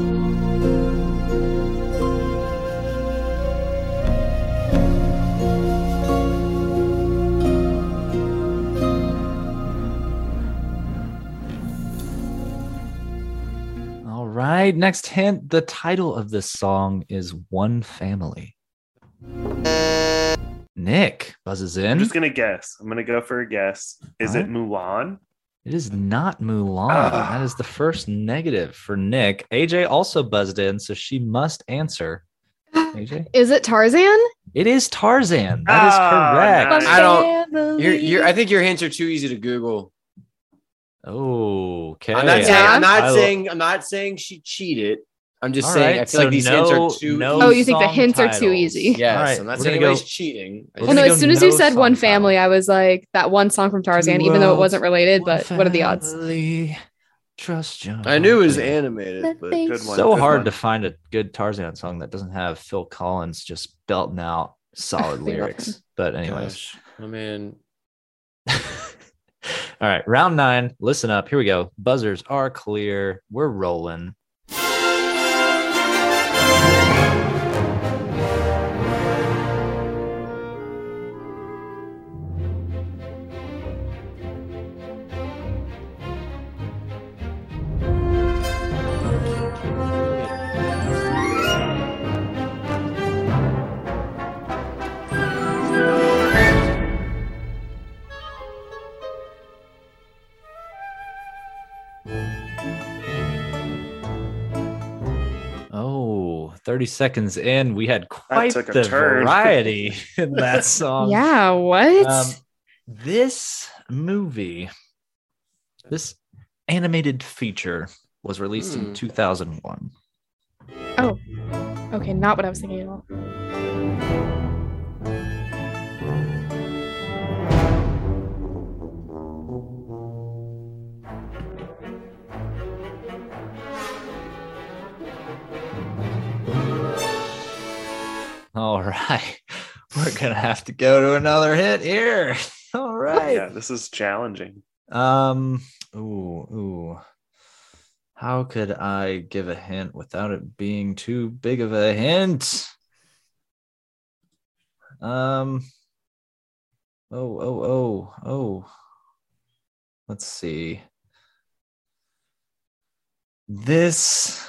[SPEAKER 2] All right. Next hint. The title of this song is One Family. Nick buzzes in.
[SPEAKER 4] I'm just gonna guess. I'm gonna go for a guess. Is it
[SPEAKER 2] Alright.
[SPEAKER 4] Mulan?
[SPEAKER 2] It is not Mulan.
[SPEAKER 4] Ah.
[SPEAKER 2] That is the first negative for Nick. AJ also buzzed in, so she must answer. AJ?
[SPEAKER 3] Is it Tarzan?
[SPEAKER 2] It is Tarzan. That is
[SPEAKER 4] Ah,
[SPEAKER 2] correct.
[SPEAKER 4] nice.
[SPEAKER 5] I don't. You're, you're, I think your hints are too easy to Google.
[SPEAKER 2] Oh, okay.
[SPEAKER 5] I'm not saying. I'm
[SPEAKER 2] I
[SPEAKER 5] not
[SPEAKER 2] will-
[SPEAKER 5] saying. I'm not saying she cheated. I'm just
[SPEAKER 2] All
[SPEAKER 5] saying.
[SPEAKER 2] right,
[SPEAKER 5] I feel
[SPEAKER 2] so
[SPEAKER 5] like these
[SPEAKER 2] no-
[SPEAKER 5] hints are too.
[SPEAKER 2] no
[SPEAKER 3] Oh, you think the
[SPEAKER 2] song
[SPEAKER 3] hints are too
[SPEAKER 2] titles.
[SPEAKER 3] easy?
[SPEAKER 5] Yes,
[SPEAKER 2] All right,
[SPEAKER 5] I'm not
[SPEAKER 2] we're
[SPEAKER 5] saying
[SPEAKER 2] gonna
[SPEAKER 5] anybody's
[SPEAKER 2] go-
[SPEAKER 5] cheating. I
[SPEAKER 2] We're
[SPEAKER 3] Well, Oh, no,
[SPEAKER 2] gonna
[SPEAKER 3] as
[SPEAKER 2] go
[SPEAKER 3] soon as you
[SPEAKER 2] no
[SPEAKER 3] said One
[SPEAKER 2] song title.
[SPEAKER 3] Family, I was like, that one song from Tarzan, even though it wasn't related, but what are the odds?
[SPEAKER 2] Family, Trust you.
[SPEAKER 5] I knew it was animated, but
[SPEAKER 4] Good one.
[SPEAKER 2] so
[SPEAKER 4] good
[SPEAKER 2] hard
[SPEAKER 4] one.
[SPEAKER 2] to find a good Tarzan song that doesn't have Phil Collins just belting out solid
[SPEAKER 3] love
[SPEAKER 2] lyrics. But anyways,
[SPEAKER 5] Gosh, I mean,
[SPEAKER 2] all right, round nine. Listen up. Here we go. Buzzers are clear. We're rolling. 30 Oh, seconds in, we had quite
[SPEAKER 4] took a
[SPEAKER 2] the
[SPEAKER 4] turn.
[SPEAKER 2] variety in that song.
[SPEAKER 3] yeah, what?
[SPEAKER 2] Um, this movie, this animated feature was released
[SPEAKER 5] Hmm.
[SPEAKER 2] in 2001.
[SPEAKER 3] okay, not what I was thinking at all.
[SPEAKER 2] All right. We're going to have to go to another hit here. All
[SPEAKER 4] Yeah,
[SPEAKER 2] right.
[SPEAKER 4] this is challenging.
[SPEAKER 2] Um, ooh, ooh. How could I give a hint without it being too big of a hint? Um, oh, oh, oh, oh. Let's see. This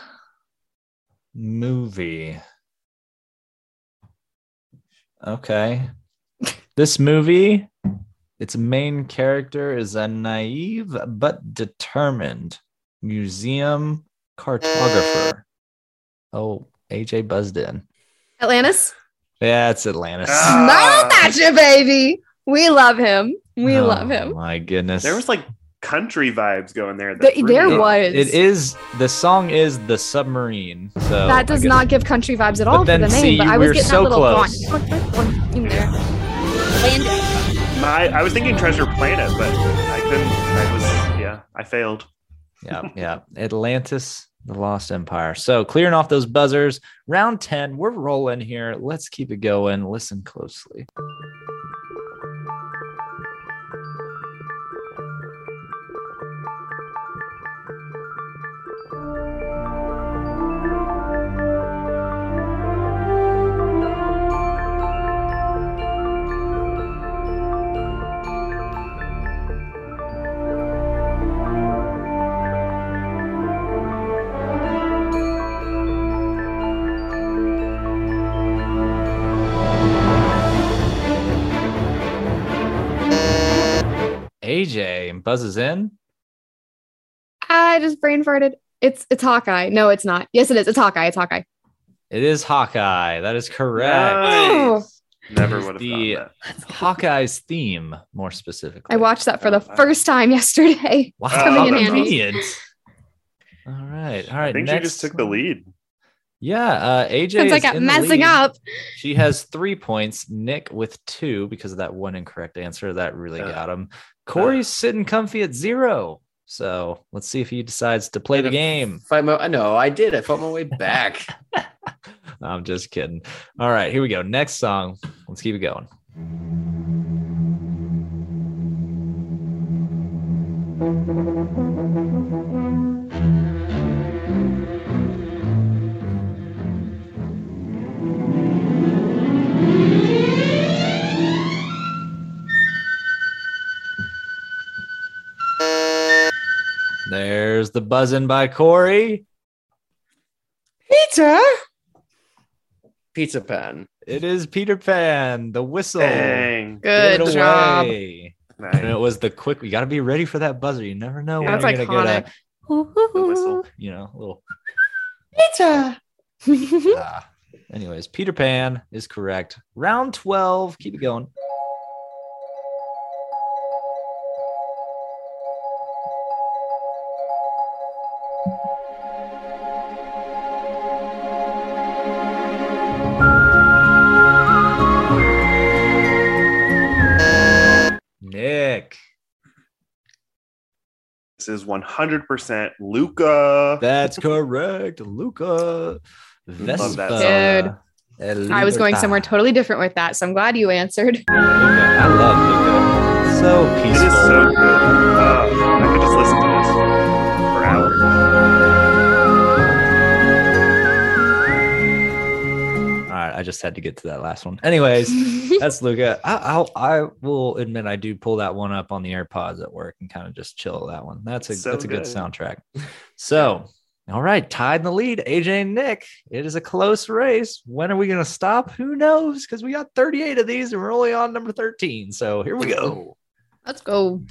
[SPEAKER 2] movie. Okay. This movie, its main character is a naive but determined museum cartographer. Oh, AJ buzzed in.
[SPEAKER 3] Atlantis?
[SPEAKER 2] Yeah, it's Atlantis.
[SPEAKER 4] Ah,
[SPEAKER 3] Smile Thatcher, baby. We love him. We
[SPEAKER 2] Oh,
[SPEAKER 3] love him.
[SPEAKER 2] My goodness.
[SPEAKER 4] There was like country vibes going there.
[SPEAKER 3] Th-
[SPEAKER 4] that
[SPEAKER 3] there
[SPEAKER 4] really-
[SPEAKER 3] was.
[SPEAKER 2] it is the song is the submarine. So I
[SPEAKER 3] that does
[SPEAKER 2] guess-
[SPEAKER 3] not give country vibes at
[SPEAKER 2] But
[SPEAKER 3] all for
[SPEAKER 2] then,
[SPEAKER 3] the name,
[SPEAKER 2] see,
[SPEAKER 3] but
[SPEAKER 2] you
[SPEAKER 3] I was
[SPEAKER 2] were
[SPEAKER 3] getting
[SPEAKER 2] so
[SPEAKER 3] that little
[SPEAKER 2] close.
[SPEAKER 3] gone- gone- gone in there.
[SPEAKER 4] My, I was thinking Treasure Planet, but I couldn't. I was, yeah, I failed.
[SPEAKER 2] yeah, yeah. Atlantis, the Lost Empire. So clearing off those buzzers. Round 10. We're rolling here. Let's keep it going. Listen closely. AJ buzzes in.
[SPEAKER 3] I just brain farted. It's it's Hawkeye. No, it's not. Yes, it is. It's Hawkeye. It's Hawkeye.
[SPEAKER 2] It is Hawkeye. That is correct.
[SPEAKER 3] Oh,
[SPEAKER 4] Nice. Never
[SPEAKER 2] Is
[SPEAKER 4] would
[SPEAKER 2] Uh,
[SPEAKER 4] have
[SPEAKER 2] the-
[SPEAKER 4] thought
[SPEAKER 2] Hawkeye's theme, more specifically.
[SPEAKER 3] I watched that for the
[SPEAKER 4] Oh, wow.
[SPEAKER 3] first time yesterday.
[SPEAKER 2] Wow,
[SPEAKER 4] coming in
[SPEAKER 2] how
[SPEAKER 4] handy.
[SPEAKER 2] convenient. All right, all right.
[SPEAKER 4] that. I think
[SPEAKER 2] next,
[SPEAKER 4] you just took the lead.
[SPEAKER 2] Yeah, uh, AJ.
[SPEAKER 3] Since I
[SPEAKER 2] is
[SPEAKER 3] got
[SPEAKER 2] in the
[SPEAKER 3] messing
[SPEAKER 2] lead.
[SPEAKER 3] up.
[SPEAKER 2] She has three points. Nick with two because of that one incorrect answer. That really
[SPEAKER 4] Uh,
[SPEAKER 2] got him. Corey's sitting comfy at zero. So let's see if he decides to play the game.
[SPEAKER 5] Fight my. I know. I did. I fought my way back.
[SPEAKER 2] I'm just kidding. All right, here we go. Next song. Let's keep it going. There's the buzzing by Corey.
[SPEAKER 5] Pizza. Pizza pan.
[SPEAKER 2] It is Peter Pan, the whistle.
[SPEAKER 4] Dang.
[SPEAKER 2] Give
[SPEAKER 3] Good
[SPEAKER 2] it
[SPEAKER 3] job.
[SPEAKER 2] away. And it
[SPEAKER 4] Nice.
[SPEAKER 2] was the quick. You got to be ready for that buzzer. You never know
[SPEAKER 4] Yeah.
[SPEAKER 2] when
[SPEAKER 3] That's
[SPEAKER 2] you're gonna get
[SPEAKER 4] The whistle.
[SPEAKER 2] a, you know, a little.
[SPEAKER 5] Pizza.
[SPEAKER 2] ah. Anyways, Peter Pan is correct. Round twelve. Keep it going. Nick.
[SPEAKER 4] This is 100% Luca.
[SPEAKER 2] That's correct, Luca.
[SPEAKER 4] Love that
[SPEAKER 2] Vespa. El
[SPEAKER 3] I was going
[SPEAKER 2] Libertad.
[SPEAKER 3] somewhere totally different with that, so I'm glad you answered.
[SPEAKER 2] Luca, I love Luca. So
[SPEAKER 4] It
[SPEAKER 2] peaceful.
[SPEAKER 4] is so good. Oh, I could just listen to this for hours.
[SPEAKER 2] All right, I just had to get to that last one. Anyways, that's Luca. I, I'll, I will admit I do pull that one up on the AirPods at work and kind of just chill that one. That's a
[SPEAKER 4] So
[SPEAKER 2] that's a good
[SPEAKER 4] good.
[SPEAKER 2] soundtrack. So, all right, tied in the lead, AJ and Nick. It is a close race. When are we going to stop? Who knows? Because we got 38 of these and we're only on number 13. So here we go.
[SPEAKER 3] Let's go.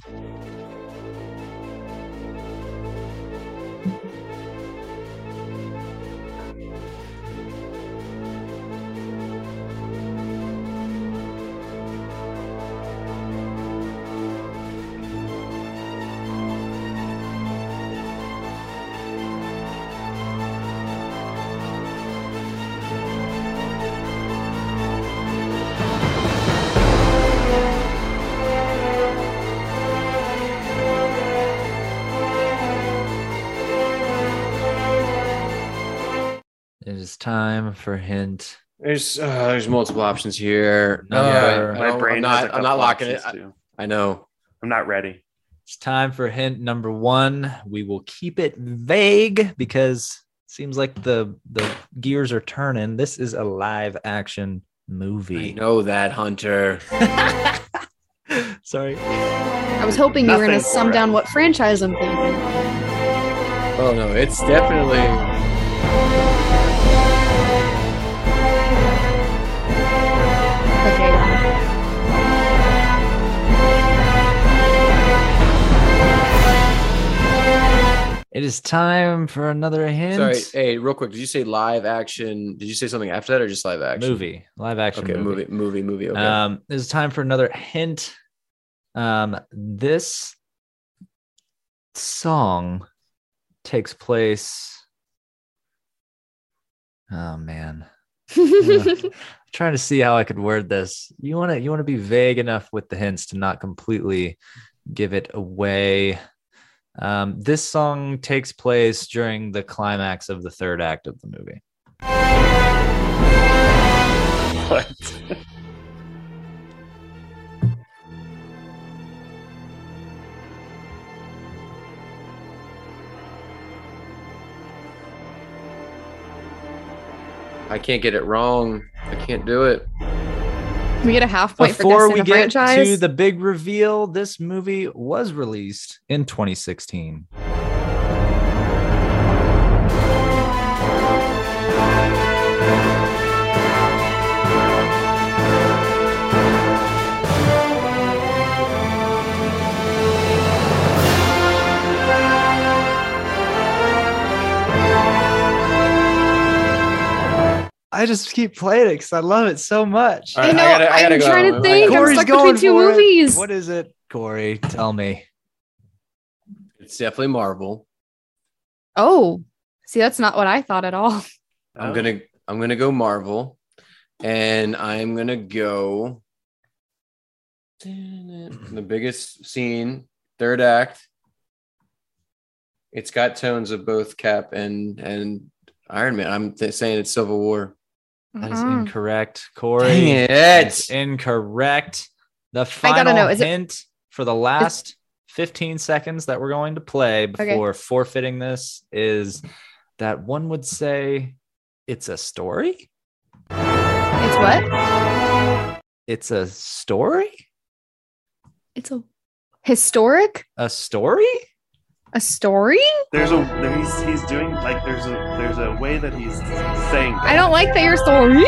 [SPEAKER 2] It is time for hint.
[SPEAKER 5] There's uh, there's multiple options here. No,
[SPEAKER 2] Number-
[SPEAKER 5] Uh, I- I
[SPEAKER 4] My
[SPEAKER 5] don't-
[SPEAKER 4] brain
[SPEAKER 5] I'm
[SPEAKER 4] has a
[SPEAKER 5] not, I'm
[SPEAKER 4] couple
[SPEAKER 5] not locking it.
[SPEAKER 4] options,
[SPEAKER 5] I,
[SPEAKER 4] too.
[SPEAKER 5] I know.
[SPEAKER 4] I'm not ready.
[SPEAKER 2] It's time for hint number one. We will keep it vague because it seems like the the gears are turning. This is a live action
[SPEAKER 5] I
[SPEAKER 2] movie.
[SPEAKER 5] know that, Hunter.
[SPEAKER 2] Sorry.
[SPEAKER 3] I was hoping you were going to
[SPEAKER 4] Nothing
[SPEAKER 3] sum
[SPEAKER 4] for
[SPEAKER 3] down
[SPEAKER 4] it.
[SPEAKER 3] what franchise I'm thinking.
[SPEAKER 5] Oh no, it's definitely.
[SPEAKER 3] Okay.
[SPEAKER 2] It is time for another hint.
[SPEAKER 5] Sorry, hey, real quick. Did you say live action? Did you say something after that, or just live action?
[SPEAKER 2] Movie. Live action
[SPEAKER 5] Okay,
[SPEAKER 2] movie.
[SPEAKER 5] movie, movie, Uh, movie. Okay.
[SPEAKER 2] Um, it is time for another hint. Um, this song takes place. Oh man. Yeah. trying to see how I could word this. You want to you want to be vague enough with the hints to not completely give it away. Um, this song takes place during the climax of the third act of the movie.
[SPEAKER 4] What?
[SPEAKER 5] I can't get it wrong. I can't do it.
[SPEAKER 3] Can we get a half point
[SPEAKER 2] Before
[SPEAKER 3] for
[SPEAKER 2] we
[SPEAKER 3] guessing a
[SPEAKER 2] get
[SPEAKER 3] franchise?
[SPEAKER 2] to the big reveal, this movie was released in 2016. I just keep playing it because I love it so much.
[SPEAKER 5] All
[SPEAKER 3] I
[SPEAKER 5] right,
[SPEAKER 3] know.
[SPEAKER 5] I gotta- I gotta
[SPEAKER 3] am
[SPEAKER 5] go.
[SPEAKER 3] trying
[SPEAKER 5] I
[SPEAKER 3] to think.
[SPEAKER 5] gotta
[SPEAKER 3] I'm
[SPEAKER 5] go.
[SPEAKER 3] stuck between two
[SPEAKER 2] for it.
[SPEAKER 3] movies.
[SPEAKER 2] What is it, Corey? Tell me.
[SPEAKER 5] It's definitely Marvel.
[SPEAKER 3] Oh, see, that's not what I thought at all.
[SPEAKER 5] I'm
[SPEAKER 4] Oh.
[SPEAKER 5] gonna I'm gonna go Marvel, and I'm gonna go the biggest scene, third act. It's got tones of both Cap and and Iron Man. I'm th- saying it's Civil War.
[SPEAKER 2] That is
[SPEAKER 3] Mm-mm.
[SPEAKER 2] incorrect, Corey.
[SPEAKER 5] Dang
[SPEAKER 2] That is
[SPEAKER 5] it!
[SPEAKER 2] incorrect. The
[SPEAKER 3] I
[SPEAKER 2] final
[SPEAKER 3] gotta know, is it-
[SPEAKER 2] hint for the last 15 seconds that we're going to play before forfeiting this is that one would say it's a story.
[SPEAKER 3] It's what?
[SPEAKER 2] It's a story.
[SPEAKER 3] It's a historic,
[SPEAKER 2] A story.
[SPEAKER 3] a story.
[SPEAKER 4] There's a there, he's he's doing like there's a there's a way that he's saying.
[SPEAKER 3] I don't like that you're story.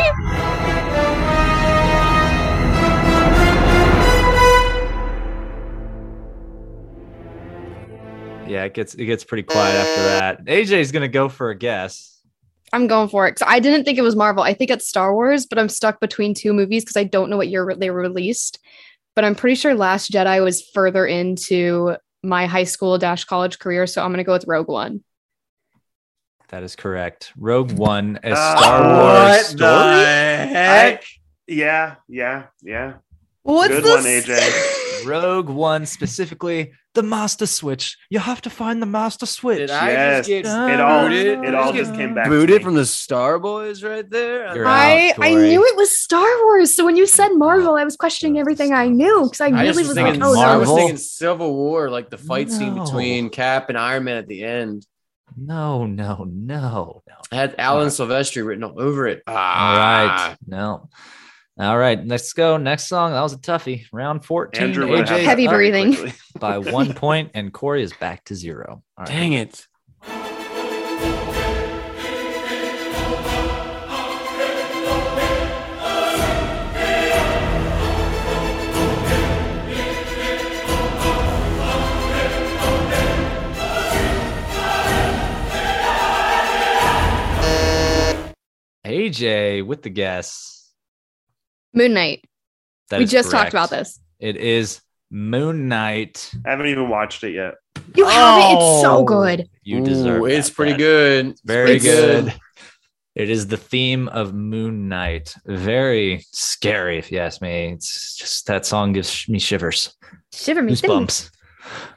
[SPEAKER 2] Yeah, it gets it gets pretty quiet after that. AJ's gonna go for a guess.
[SPEAKER 3] I'm going for it. So I didn't think it was Marvel. I think it's Star Wars, but I'm stuck between two movies because I don't know what year they were released. But I'm pretty sure Last Jedi was further into my high school dash college career, so I'm gonna go with Rogue One.
[SPEAKER 2] That is correct. Rogue One, a
[SPEAKER 4] Ah,
[SPEAKER 2] Star Wars
[SPEAKER 4] what
[SPEAKER 2] story.
[SPEAKER 5] the
[SPEAKER 4] I-
[SPEAKER 5] heck?
[SPEAKER 4] yeah, yeah, yeah.
[SPEAKER 3] What's
[SPEAKER 4] Good
[SPEAKER 3] the
[SPEAKER 4] one, AJ.
[SPEAKER 2] Rogue One specifically, the Master Switch. You have to find the Master Switch.
[SPEAKER 5] Did I
[SPEAKER 4] Yes,
[SPEAKER 5] just get
[SPEAKER 3] Uh,
[SPEAKER 4] it all
[SPEAKER 5] booted?
[SPEAKER 4] it all just came back. to
[SPEAKER 5] booted
[SPEAKER 4] me.
[SPEAKER 5] from the Star Boys right there.
[SPEAKER 2] You're out.
[SPEAKER 3] I I
[SPEAKER 2] Corey.
[SPEAKER 3] knew it was Star Wars. So when you said Marvel, I was questioning everything I knew because I
[SPEAKER 5] I
[SPEAKER 3] really
[SPEAKER 5] just was
[SPEAKER 3] was like,
[SPEAKER 5] thinking,
[SPEAKER 3] oh
[SPEAKER 5] I
[SPEAKER 2] Marvel.
[SPEAKER 5] was
[SPEAKER 3] no.
[SPEAKER 5] thinking Civil War, like the fight scene
[SPEAKER 2] No.
[SPEAKER 5] between Cap and Iron Man at the end.
[SPEAKER 2] No, no, no, no.
[SPEAKER 5] I had Alan Silvestri written all over it.
[SPEAKER 2] All
[SPEAKER 5] Ah,
[SPEAKER 2] right. No. All right. Let's go. Next song. That was a toughie. Round 14.
[SPEAKER 4] Andrew would
[SPEAKER 2] AJ
[SPEAKER 4] have
[SPEAKER 2] is
[SPEAKER 3] Heavy
[SPEAKER 2] up
[SPEAKER 4] very
[SPEAKER 3] breathing.
[SPEAKER 4] quickly.
[SPEAKER 2] by one point, and Corey is back to zero. All right.
[SPEAKER 5] Dang it.
[SPEAKER 2] AJ with the guess.
[SPEAKER 3] Moon Knight.
[SPEAKER 2] That
[SPEAKER 3] we
[SPEAKER 2] is
[SPEAKER 3] just talked
[SPEAKER 2] correct.
[SPEAKER 3] about this.
[SPEAKER 2] It is Moon Knight.
[SPEAKER 4] I haven't even watched it yet.
[SPEAKER 3] You have it. It's so
[SPEAKER 2] Oh,
[SPEAKER 3] good.
[SPEAKER 2] You deserve
[SPEAKER 5] Ooh, it's
[SPEAKER 2] that
[SPEAKER 5] pretty
[SPEAKER 2] bet.
[SPEAKER 5] good. It's
[SPEAKER 2] Very
[SPEAKER 5] pretty
[SPEAKER 2] good. It is the theme of Moon Knight. Very scary, if you ask me. It's just that song gives sh- me shivers,
[SPEAKER 3] Shiver me. thing.
[SPEAKER 2] goosebumps.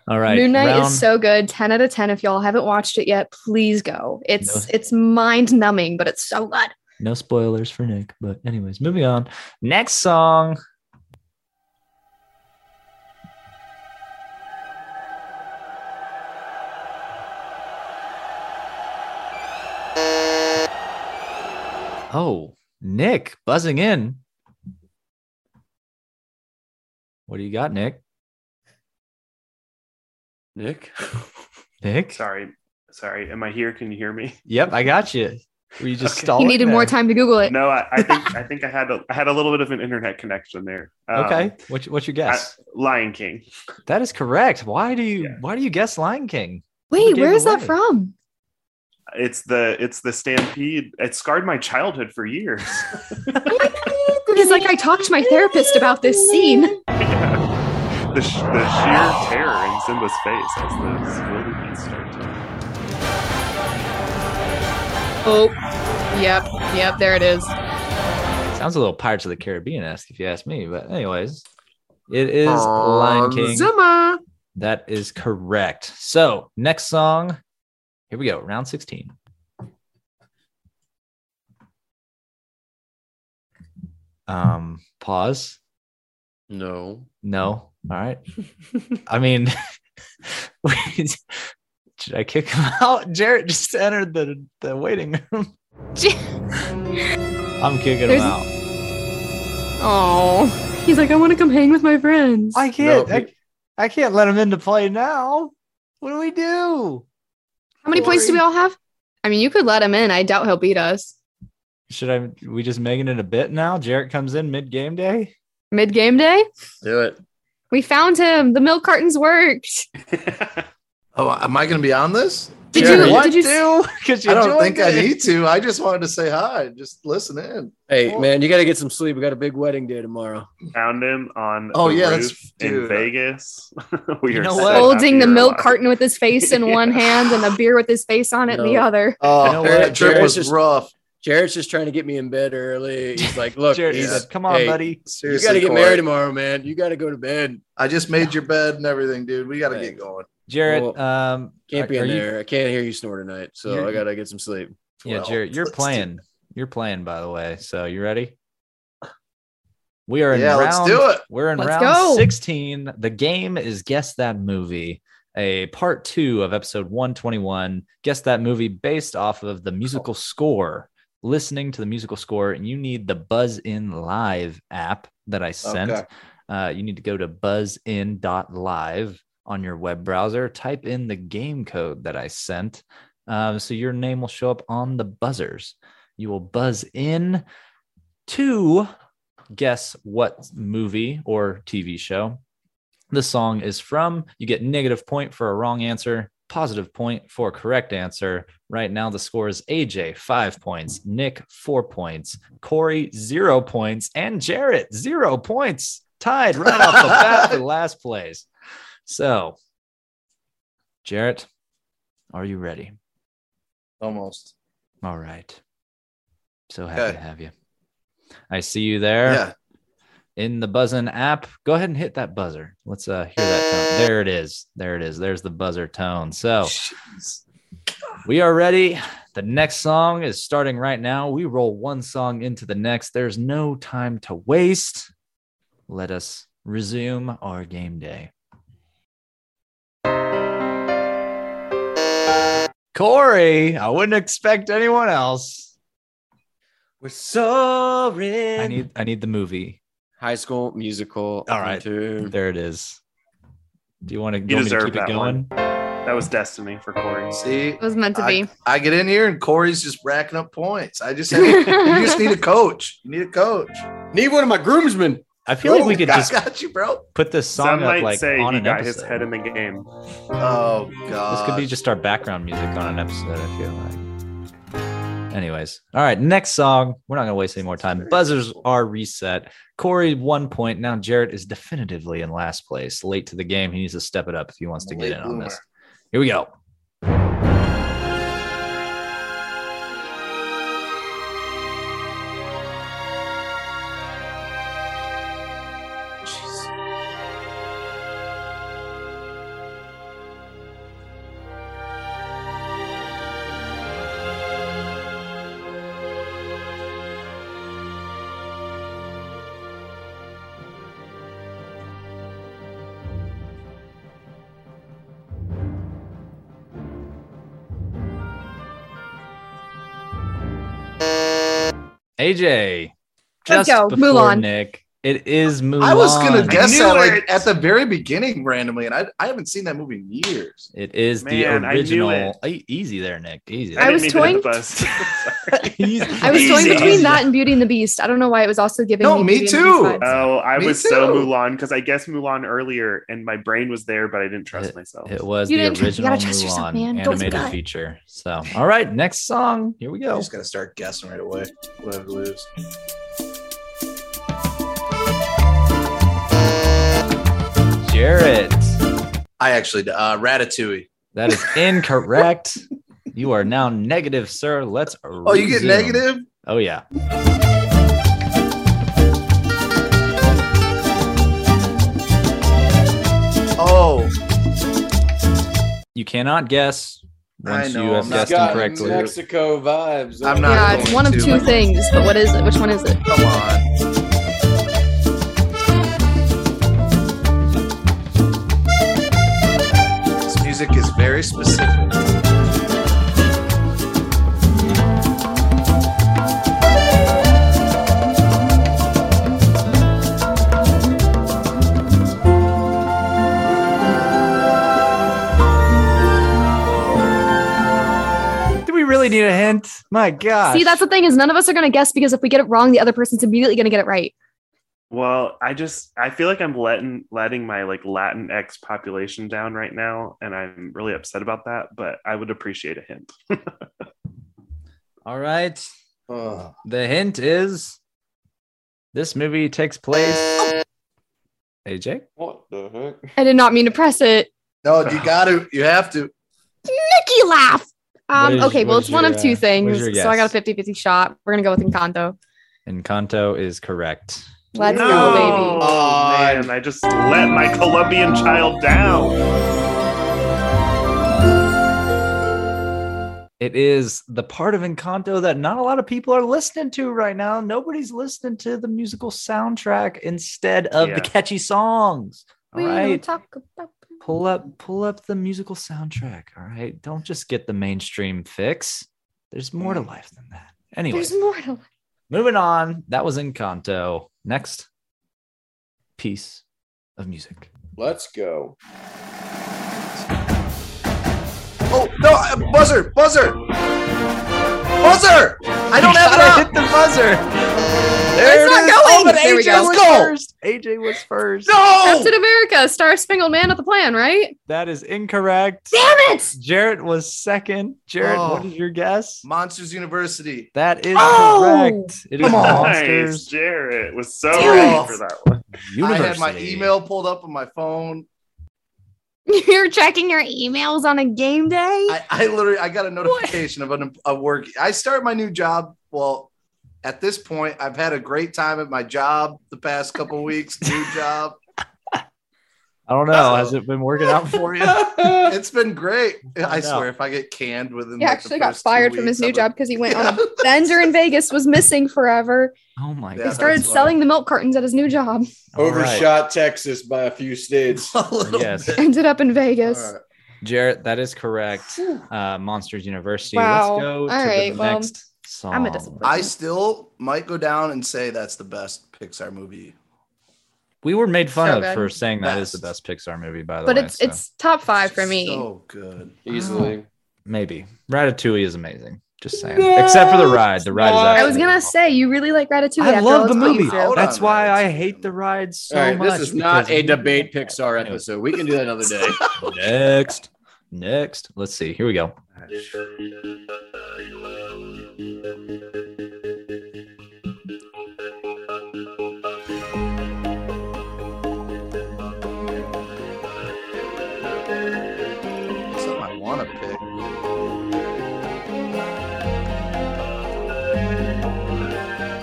[SPEAKER 2] All right.
[SPEAKER 3] Moon Knight
[SPEAKER 2] round-
[SPEAKER 3] is so good. 10 out of 10. If y'all haven't watched it yet, please go. It's it's mind numbing, but it's so good.
[SPEAKER 2] no spoilers for Nick, but anyways, moving on. Next song. Oh, Nick buzzing in. What do you got, Nick?
[SPEAKER 5] Nick.
[SPEAKER 2] Nick?
[SPEAKER 4] Sorry. Sorry. Am I here? Can you hear me?
[SPEAKER 2] Yep, I got you. Were you just
[SPEAKER 4] Okay. He
[SPEAKER 2] stalling?
[SPEAKER 3] He needed more
[SPEAKER 2] or-
[SPEAKER 3] time to Google it.
[SPEAKER 4] No, I, I think I think I had a, I had a little bit of an internet connection there. Um,
[SPEAKER 2] Okay. What's, what's your guess?
[SPEAKER 4] Lion King.
[SPEAKER 2] that is correct. Why do you
[SPEAKER 4] Yeah.
[SPEAKER 2] why do you guess Lion King?
[SPEAKER 3] Wait,
[SPEAKER 2] gave it
[SPEAKER 3] where is that
[SPEAKER 2] away.
[SPEAKER 3] from?
[SPEAKER 4] It's the it's the stampede. It scarred my childhood for years.
[SPEAKER 3] He's like, I talked to my therapist about this scene.
[SPEAKER 4] the, sh- the sheer terror in Simba's face as the swirly beats start to.
[SPEAKER 3] Oh, yep, yep, there it is.
[SPEAKER 2] Sounds a little Pirates of the Caribbean esque, if you ask me. But anyways, it is Lion King.
[SPEAKER 5] Zuma.
[SPEAKER 2] That is correct. So next song, here we go, round sixteen. Um, pause.
[SPEAKER 5] No.
[SPEAKER 2] No. All right. I mean, wait, should I kick him out? Jared just entered the, the waiting room.
[SPEAKER 3] J-
[SPEAKER 2] I'm kicking him
[SPEAKER 3] There's-
[SPEAKER 2] out.
[SPEAKER 3] Oh. He's like, I want to come hang with my friends.
[SPEAKER 2] I can't.
[SPEAKER 5] can't- No, I- he-
[SPEAKER 2] I, can't let him into play now. What do we do?
[SPEAKER 3] How many points do we all have? I mean, you could let him in. I doubt he'll beat us.
[SPEAKER 2] Should I? We just making it a bit now. Jarrett comes in mid game day.
[SPEAKER 3] Mid game day?
[SPEAKER 5] Do it.
[SPEAKER 3] We found him. The milk cartons worked.
[SPEAKER 6] Oh, am I going to be on this?
[SPEAKER 3] Did
[SPEAKER 5] Jared,
[SPEAKER 3] you
[SPEAKER 2] what
[SPEAKER 3] did you
[SPEAKER 2] do? Because
[SPEAKER 6] I don't think I need to. I just wanted to say hi. and Just listen in.
[SPEAKER 5] Hey, man, you got to get some sleep. We got a big wedding day tomorrow.
[SPEAKER 4] Found him on
[SPEAKER 6] Oh,
[SPEAKER 4] the
[SPEAKER 6] yeah, that's-
[SPEAKER 4] roof in
[SPEAKER 6] dude.
[SPEAKER 4] Vegas. we
[SPEAKER 2] You
[SPEAKER 4] are
[SPEAKER 2] know
[SPEAKER 4] so
[SPEAKER 2] what?
[SPEAKER 4] happy
[SPEAKER 3] holding the
[SPEAKER 4] you're
[SPEAKER 3] milk
[SPEAKER 4] alive.
[SPEAKER 3] carton with his face in one hand and a beer with his face on it in the
[SPEAKER 5] No.
[SPEAKER 3] other.
[SPEAKER 6] Oh,
[SPEAKER 2] You know
[SPEAKER 6] that
[SPEAKER 5] what?
[SPEAKER 6] trip
[SPEAKER 5] Jared's
[SPEAKER 6] was
[SPEAKER 5] just-
[SPEAKER 6] rough.
[SPEAKER 5] Jared's just trying to get me in bed early. He's like, look,
[SPEAKER 2] Jared
[SPEAKER 5] he's-
[SPEAKER 2] said, "Come on,
[SPEAKER 5] hey,
[SPEAKER 2] buddy."
[SPEAKER 5] You
[SPEAKER 6] Seriously,
[SPEAKER 5] got to get
[SPEAKER 6] Corey,
[SPEAKER 5] married tomorrow, man. You got to go to bed.
[SPEAKER 6] I just made your bed and everything, dude. We got to get
[SPEAKER 5] Thanks.
[SPEAKER 6] going.
[SPEAKER 2] Jared,
[SPEAKER 5] Well,
[SPEAKER 2] um,
[SPEAKER 5] Can't be
[SPEAKER 2] are
[SPEAKER 5] in
[SPEAKER 2] you-
[SPEAKER 5] there. I can't hear you snore tonight, so
[SPEAKER 2] You're-
[SPEAKER 5] I got to get some sleep.
[SPEAKER 2] Yeah,
[SPEAKER 6] Well,
[SPEAKER 2] Jared, you're
[SPEAKER 6] let's do-
[SPEAKER 2] playing. You're playing, by the way. So you ready? We are in
[SPEAKER 6] Yeah,
[SPEAKER 2] round.
[SPEAKER 6] let's do it.
[SPEAKER 2] We're in
[SPEAKER 3] Let's
[SPEAKER 2] round
[SPEAKER 3] go.
[SPEAKER 2] 16. The game is Guess That Movie, a part two of episode 121. Guess That Movie based off of the musical score. Listening to the musical score, and you need the Buzz In Live app that I sent.
[SPEAKER 6] Okay.
[SPEAKER 2] Uh, you need to go to buzzin.live on your web browser, type in the game code that I sent. Um, so your name will show up on the buzzers. You will buzz in to guess what movie or TV show the song is from. You get negative point for a wrong answer, positive point for a correct answer. Right now, the score is AJ five points, Nick four points, Corey zero points, and Jarrett zero points, tied right off the bat for last place. So, Jarrett, are you ready?
[SPEAKER 6] Almost.
[SPEAKER 2] All right. So happy
[SPEAKER 6] Okay.
[SPEAKER 2] to have you. I see you there
[SPEAKER 6] Yeah.
[SPEAKER 2] in the buzzin app go ahead and hit that buzzer let's uh hear that tone. there it is there it is there's the buzzer tone so we are ready the next song is starting right now we roll one song into the next there's no time to waste let us resume our game day corey i wouldn't expect anyone else
[SPEAKER 5] We're soaring.
[SPEAKER 2] i need i need the movie
[SPEAKER 5] High School Musical.
[SPEAKER 2] All right.
[SPEAKER 5] Two.
[SPEAKER 2] There it is. Do you want to,
[SPEAKER 4] You
[SPEAKER 2] you want me to
[SPEAKER 4] deserve
[SPEAKER 2] keep it
[SPEAKER 4] that
[SPEAKER 2] going?
[SPEAKER 4] one. That was destiny for Corey.
[SPEAKER 6] See,
[SPEAKER 3] It was meant to be.
[SPEAKER 6] I, I get in here and Corey's just racking up points. I just, have, you just need a coach. You need a coach.
[SPEAKER 5] Need one of my groomsmen.
[SPEAKER 2] I feel like we
[SPEAKER 6] Ooh,
[SPEAKER 2] could
[SPEAKER 6] I
[SPEAKER 2] just
[SPEAKER 6] got you, bro.
[SPEAKER 2] put this song
[SPEAKER 4] Some might
[SPEAKER 2] up like
[SPEAKER 4] say
[SPEAKER 2] on
[SPEAKER 4] he
[SPEAKER 2] an
[SPEAKER 4] got
[SPEAKER 2] episode.
[SPEAKER 4] his head in uh, the game.
[SPEAKER 6] Oh god,
[SPEAKER 2] this could be just our background music on an
[SPEAKER 4] uh,
[SPEAKER 2] episode. I feel like. Anyways, all right. Next song. We're not gonna waste any more time. Buzzers are reset. Corey one point. Now Jarrett is definitively in last place. Late to the game. He needs to step it up if he wants to get
[SPEAKER 6] Late
[SPEAKER 2] in on
[SPEAKER 6] bloomer.
[SPEAKER 2] this. Here we go. AJ.
[SPEAKER 3] Let's
[SPEAKER 2] just
[SPEAKER 3] go.
[SPEAKER 2] before
[SPEAKER 3] Mulan.
[SPEAKER 2] Nick. It is Mulan.
[SPEAKER 6] I was gonna guess
[SPEAKER 4] knew
[SPEAKER 6] that like
[SPEAKER 4] it.
[SPEAKER 6] at the very beginning randomly, and I, I haven't seen that movie in years.
[SPEAKER 2] It is
[SPEAKER 4] Man,
[SPEAKER 2] the
[SPEAKER 4] I knew
[SPEAKER 2] original. E- easy there, Nick. Easy.
[SPEAKER 4] I
[SPEAKER 3] I was
[SPEAKER 4] didn't
[SPEAKER 3] toying-
[SPEAKER 4] mean to hit the bus. Sorry.
[SPEAKER 2] Easy.
[SPEAKER 3] I was toying
[SPEAKER 4] Easy.
[SPEAKER 3] between that and Beauty and the Beast. I don't know why it was also giving
[SPEAKER 6] No, me
[SPEAKER 3] Beauty and the
[SPEAKER 6] too.
[SPEAKER 3] Beast vibes.
[SPEAKER 4] Oh, I
[SPEAKER 6] Me
[SPEAKER 4] was so
[SPEAKER 6] too.
[SPEAKER 4] Mulan because I guessed Mulan earlier and my brain was there, but I didn't trust myself.
[SPEAKER 2] It was
[SPEAKER 3] You
[SPEAKER 2] the
[SPEAKER 3] didn't- you
[SPEAKER 2] original
[SPEAKER 3] gotta trust yourself,
[SPEAKER 2] Mulan
[SPEAKER 3] man. Go with
[SPEAKER 2] animated
[SPEAKER 3] your gut.
[SPEAKER 2] feature. So, all right, next song. Here we
[SPEAKER 6] I
[SPEAKER 2] go.
[SPEAKER 6] just gotta start guessing right away. Whoever lives.
[SPEAKER 2] Jarrett.
[SPEAKER 6] I actually uh Ratatouille.
[SPEAKER 2] That is incorrect. you are now negative, sir. Let's
[SPEAKER 6] Oh, you get negative?
[SPEAKER 2] Oh yeah.
[SPEAKER 6] Oh,
[SPEAKER 2] You cannot guess
[SPEAKER 6] I
[SPEAKER 2] once
[SPEAKER 6] know,
[SPEAKER 2] you have
[SPEAKER 6] I'm not-
[SPEAKER 2] guessed
[SPEAKER 6] Got
[SPEAKER 2] incorrectly.
[SPEAKER 5] Mexico vibes.
[SPEAKER 6] I'm not
[SPEAKER 3] Yeah, it's
[SPEAKER 6] going
[SPEAKER 3] one of
[SPEAKER 6] to.
[SPEAKER 3] two things, but what is it? Which one is it?
[SPEAKER 6] come on. This music is very specific.
[SPEAKER 2] Do we really need a hint? My God.
[SPEAKER 3] See, that's the thing is none of us are going to guess because if we get it wrong, the other person's immediately going to get it right.
[SPEAKER 4] Well, I just I feel like I'm letting letting my like Latinx population down right now, and I'm really upset about that. But I would appreciate a hint.
[SPEAKER 2] all right.
[SPEAKER 6] Oh,
[SPEAKER 2] The hint is this movie takes place.
[SPEAKER 3] Oh.
[SPEAKER 2] AJ.
[SPEAKER 5] What the heck?
[SPEAKER 3] I did not mean to press it.
[SPEAKER 6] no, you got to. You have to.
[SPEAKER 3] Nicky laugh.
[SPEAKER 2] What
[SPEAKER 3] Um,
[SPEAKER 2] is-
[SPEAKER 3] okay, well,
[SPEAKER 2] what is
[SPEAKER 3] it's one
[SPEAKER 2] your,
[SPEAKER 3] of
[SPEAKER 2] uh,
[SPEAKER 3] two
[SPEAKER 2] what
[SPEAKER 3] things.
[SPEAKER 2] is your
[SPEAKER 3] So I got
[SPEAKER 2] guess?
[SPEAKER 3] a 50 50 shot. We're going to go with Encanto.
[SPEAKER 2] Encanto is correct.
[SPEAKER 3] Let's
[SPEAKER 4] no,
[SPEAKER 3] go,
[SPEAKER 4] Oh,
[SPEAKER 3] baby.
[SPEAKER 4] man, I just let my Colombian child down.
[SPEAKER 2] It is the part of Encanto that not a lot of people are listening to right now. Nobody's listening to the musical soundtrack instead of
[SPEAKER 4] Yeah.
[SPEAKER 2] the catchy songs. All
[SPEAKER 3] We don't
[SPEAKER 2] right.
[SPEAKER 3] talk about
[SPEAKER 2] Pull up pull up the musical soundtrack. All right. Don't just get the mainstream fix. There's more to
[SPEAKER 6] Mm.
[SPEAKER 2] life than that. Anyway,
[SPEAKER 3] There's more to
[SPEAKER 2] moving on. That was Encanto. Next piece of music.
[SPEAKER 5] Let's go.
[SPEAKER 6] Oh no! uh, Buzzer! Buzzer! Buzzer! I don't have it
[SPEAKER 2] gotta
[SPEAKER 6] up.
[SPEAKER 2] hit the buzzer. There it
[SPEAKER 3] It's not
[SPEAKER 2] is.
[SPEAKER 3] going.
[SPEAKER 2] Oh, but
[SPEAKER 3] There we
[SPEAKER 2] AJ
[SPEAKER 3] go.
[SPEAKER 2] was
[SPEAKER 6] Let's go.
[SPEAKER 2] first. AJ was first.
[SPEAKER 3] Captain
[SPEAKER 6] No!
[SPEAKER 3] America, Star Spangled Man with a plan, right?
[SPEAKER 2] That is incorrect.
[SPEAKER 3] Damn it!
[SPEAKER 2] Jarrett was second. Jarrett, what
[SPEAKER 6] Oh.
[SPEAKER 2] is your guess?
[SPEAKER 6] Monsters University.
[SPEAKER 2] That is
[SPEAKER 3] Oh!
[SPEAKER 2] correct. It is
[SPEAKER 6] Come on.
[SPEAKER 4] Nice,
[SPEAKER 2] Monsters
[SPEAKER 4] Jarrett was so
[SPEAKER 6] Damn
[SPEAKER 4] ready
[SPEAKER 6] it.
[SPEAKER 4] for that one.
[SPEAKER 2] University.
[SPEAKER 6] I had my email pulled up on my phone.
[SPEAKER 3] You're checking your emails on a game day?
[SPEAKER 6] I, I literally I got a notification of an of work. I start my new job. Well, at this point, I've had a great time at my job the past couple weeks. New job.
[SPEAKER 2] I don't know.
[SPEAKER 6] Oh.
[SPEAKER 2] Has it been working out for you?
[SPEAKER 6] It's been great. I
[SPEAKER 2] No.
[SPEAKER 6] swear, if I get canned within,
[SPEAKER 3] he
[SPEAKER 6] like, the
[SPEAKER 3] actually got
[SPEAKER 6] first two
[SPEAKER 3] fired from his
[SPEAKER 6] weeks,
[SPEAKER 3] new
[SPEAKER 6] I'm
[SPEAKER 3] job because he went on a
[SPEAKER 6] like-
[SPEAKER 3] bender in Vegas, was missing forever.
[SPEAKER 2] Oh my
[SPEAKER 3] He
[SPEAKER 6] He Yeah,
[SPEAKER 2] god.
[SPEAKER 3] started
[SPEAKER 6] that's wild.
[SPEAKER 3] selling the milk cartons at his new job.
[SPEAKER 2] All right.
[SPEAKER 5] Texas by a few states.
[SPEAKER 6] a little
[SPEAKER 2] Yes.
[SPEAKER 6] bit.
[SPEAKER 3] Ended up in Vegas.
[SPEAKER 6] All right.
[SPEAKER 2] Jarrett, that is correct. Uh, Monsters University.
[SPEAKER 3] Wow.
[SPEAKER 2] Let's go
[SPEAKER 3] All
[SPEAKER 2] to
[SPEAKER 3] right,
[SPEAKER 2] the
[SPEAKER 3] well,
[SPEAKER 2] next song.
[SPEAKER 3] I'm a disappointment.
[SPEAKER 6] I still might go down and say that's the best Pixar movie.
[SPEAKER 2] We were made fun
[SPEAKER 3] So
[SPEAKER 2] of
[SPEAKER 3] good.
[SPEAKER 2] for saying that is the
[SPEAKER 6] Best.
[SPEAKER 2] best Pixar movie, by the
[SPEAKER 3] But
[SPEAKER 2] way.
[SPEAKER 3] it's
[SPEAKER 2] so
[SPEAKER 3] it's top five for me.
[SPEAKER 6] So good.
[SPEAKER 5] Easily.
[SPEAKER 2] maybe Ratatouille is amazing. Just saying. Except for the ride. The ride is.
[SPEAKER 5] I
[SPEAKER 3] I
[SPEAKER 2] Absolutely
[SPEAKER 3] was gonna say you really like Ratatouille.
[SPEAKER 2] I
[SPEAKER 3] after all
[SPEAKER 2] love the
[SPEAKER 3] it's put you
[SPEAKER 2] movie.
[SPEAKER 3] through.
[SPEAKER 6] Hold
[SPEAKER 2] That's
[SPEAKER 6] on,
[SPEAKER 2] why I
[SPEAKER 6] Ryan.
[SPEAKER 2] hate the ride so
[SPEAKER 5] All right,
[SPEAKER 2] much.
[SPEAKER 5] this is not
[SPEAKER 2] because-
[SPEAKER 5] a debate Pixar episode. We can do that another day.
[SPEAKER 2] Next, next. Let's see. Here we go.
[SPEAKER 6] Something I want to pick.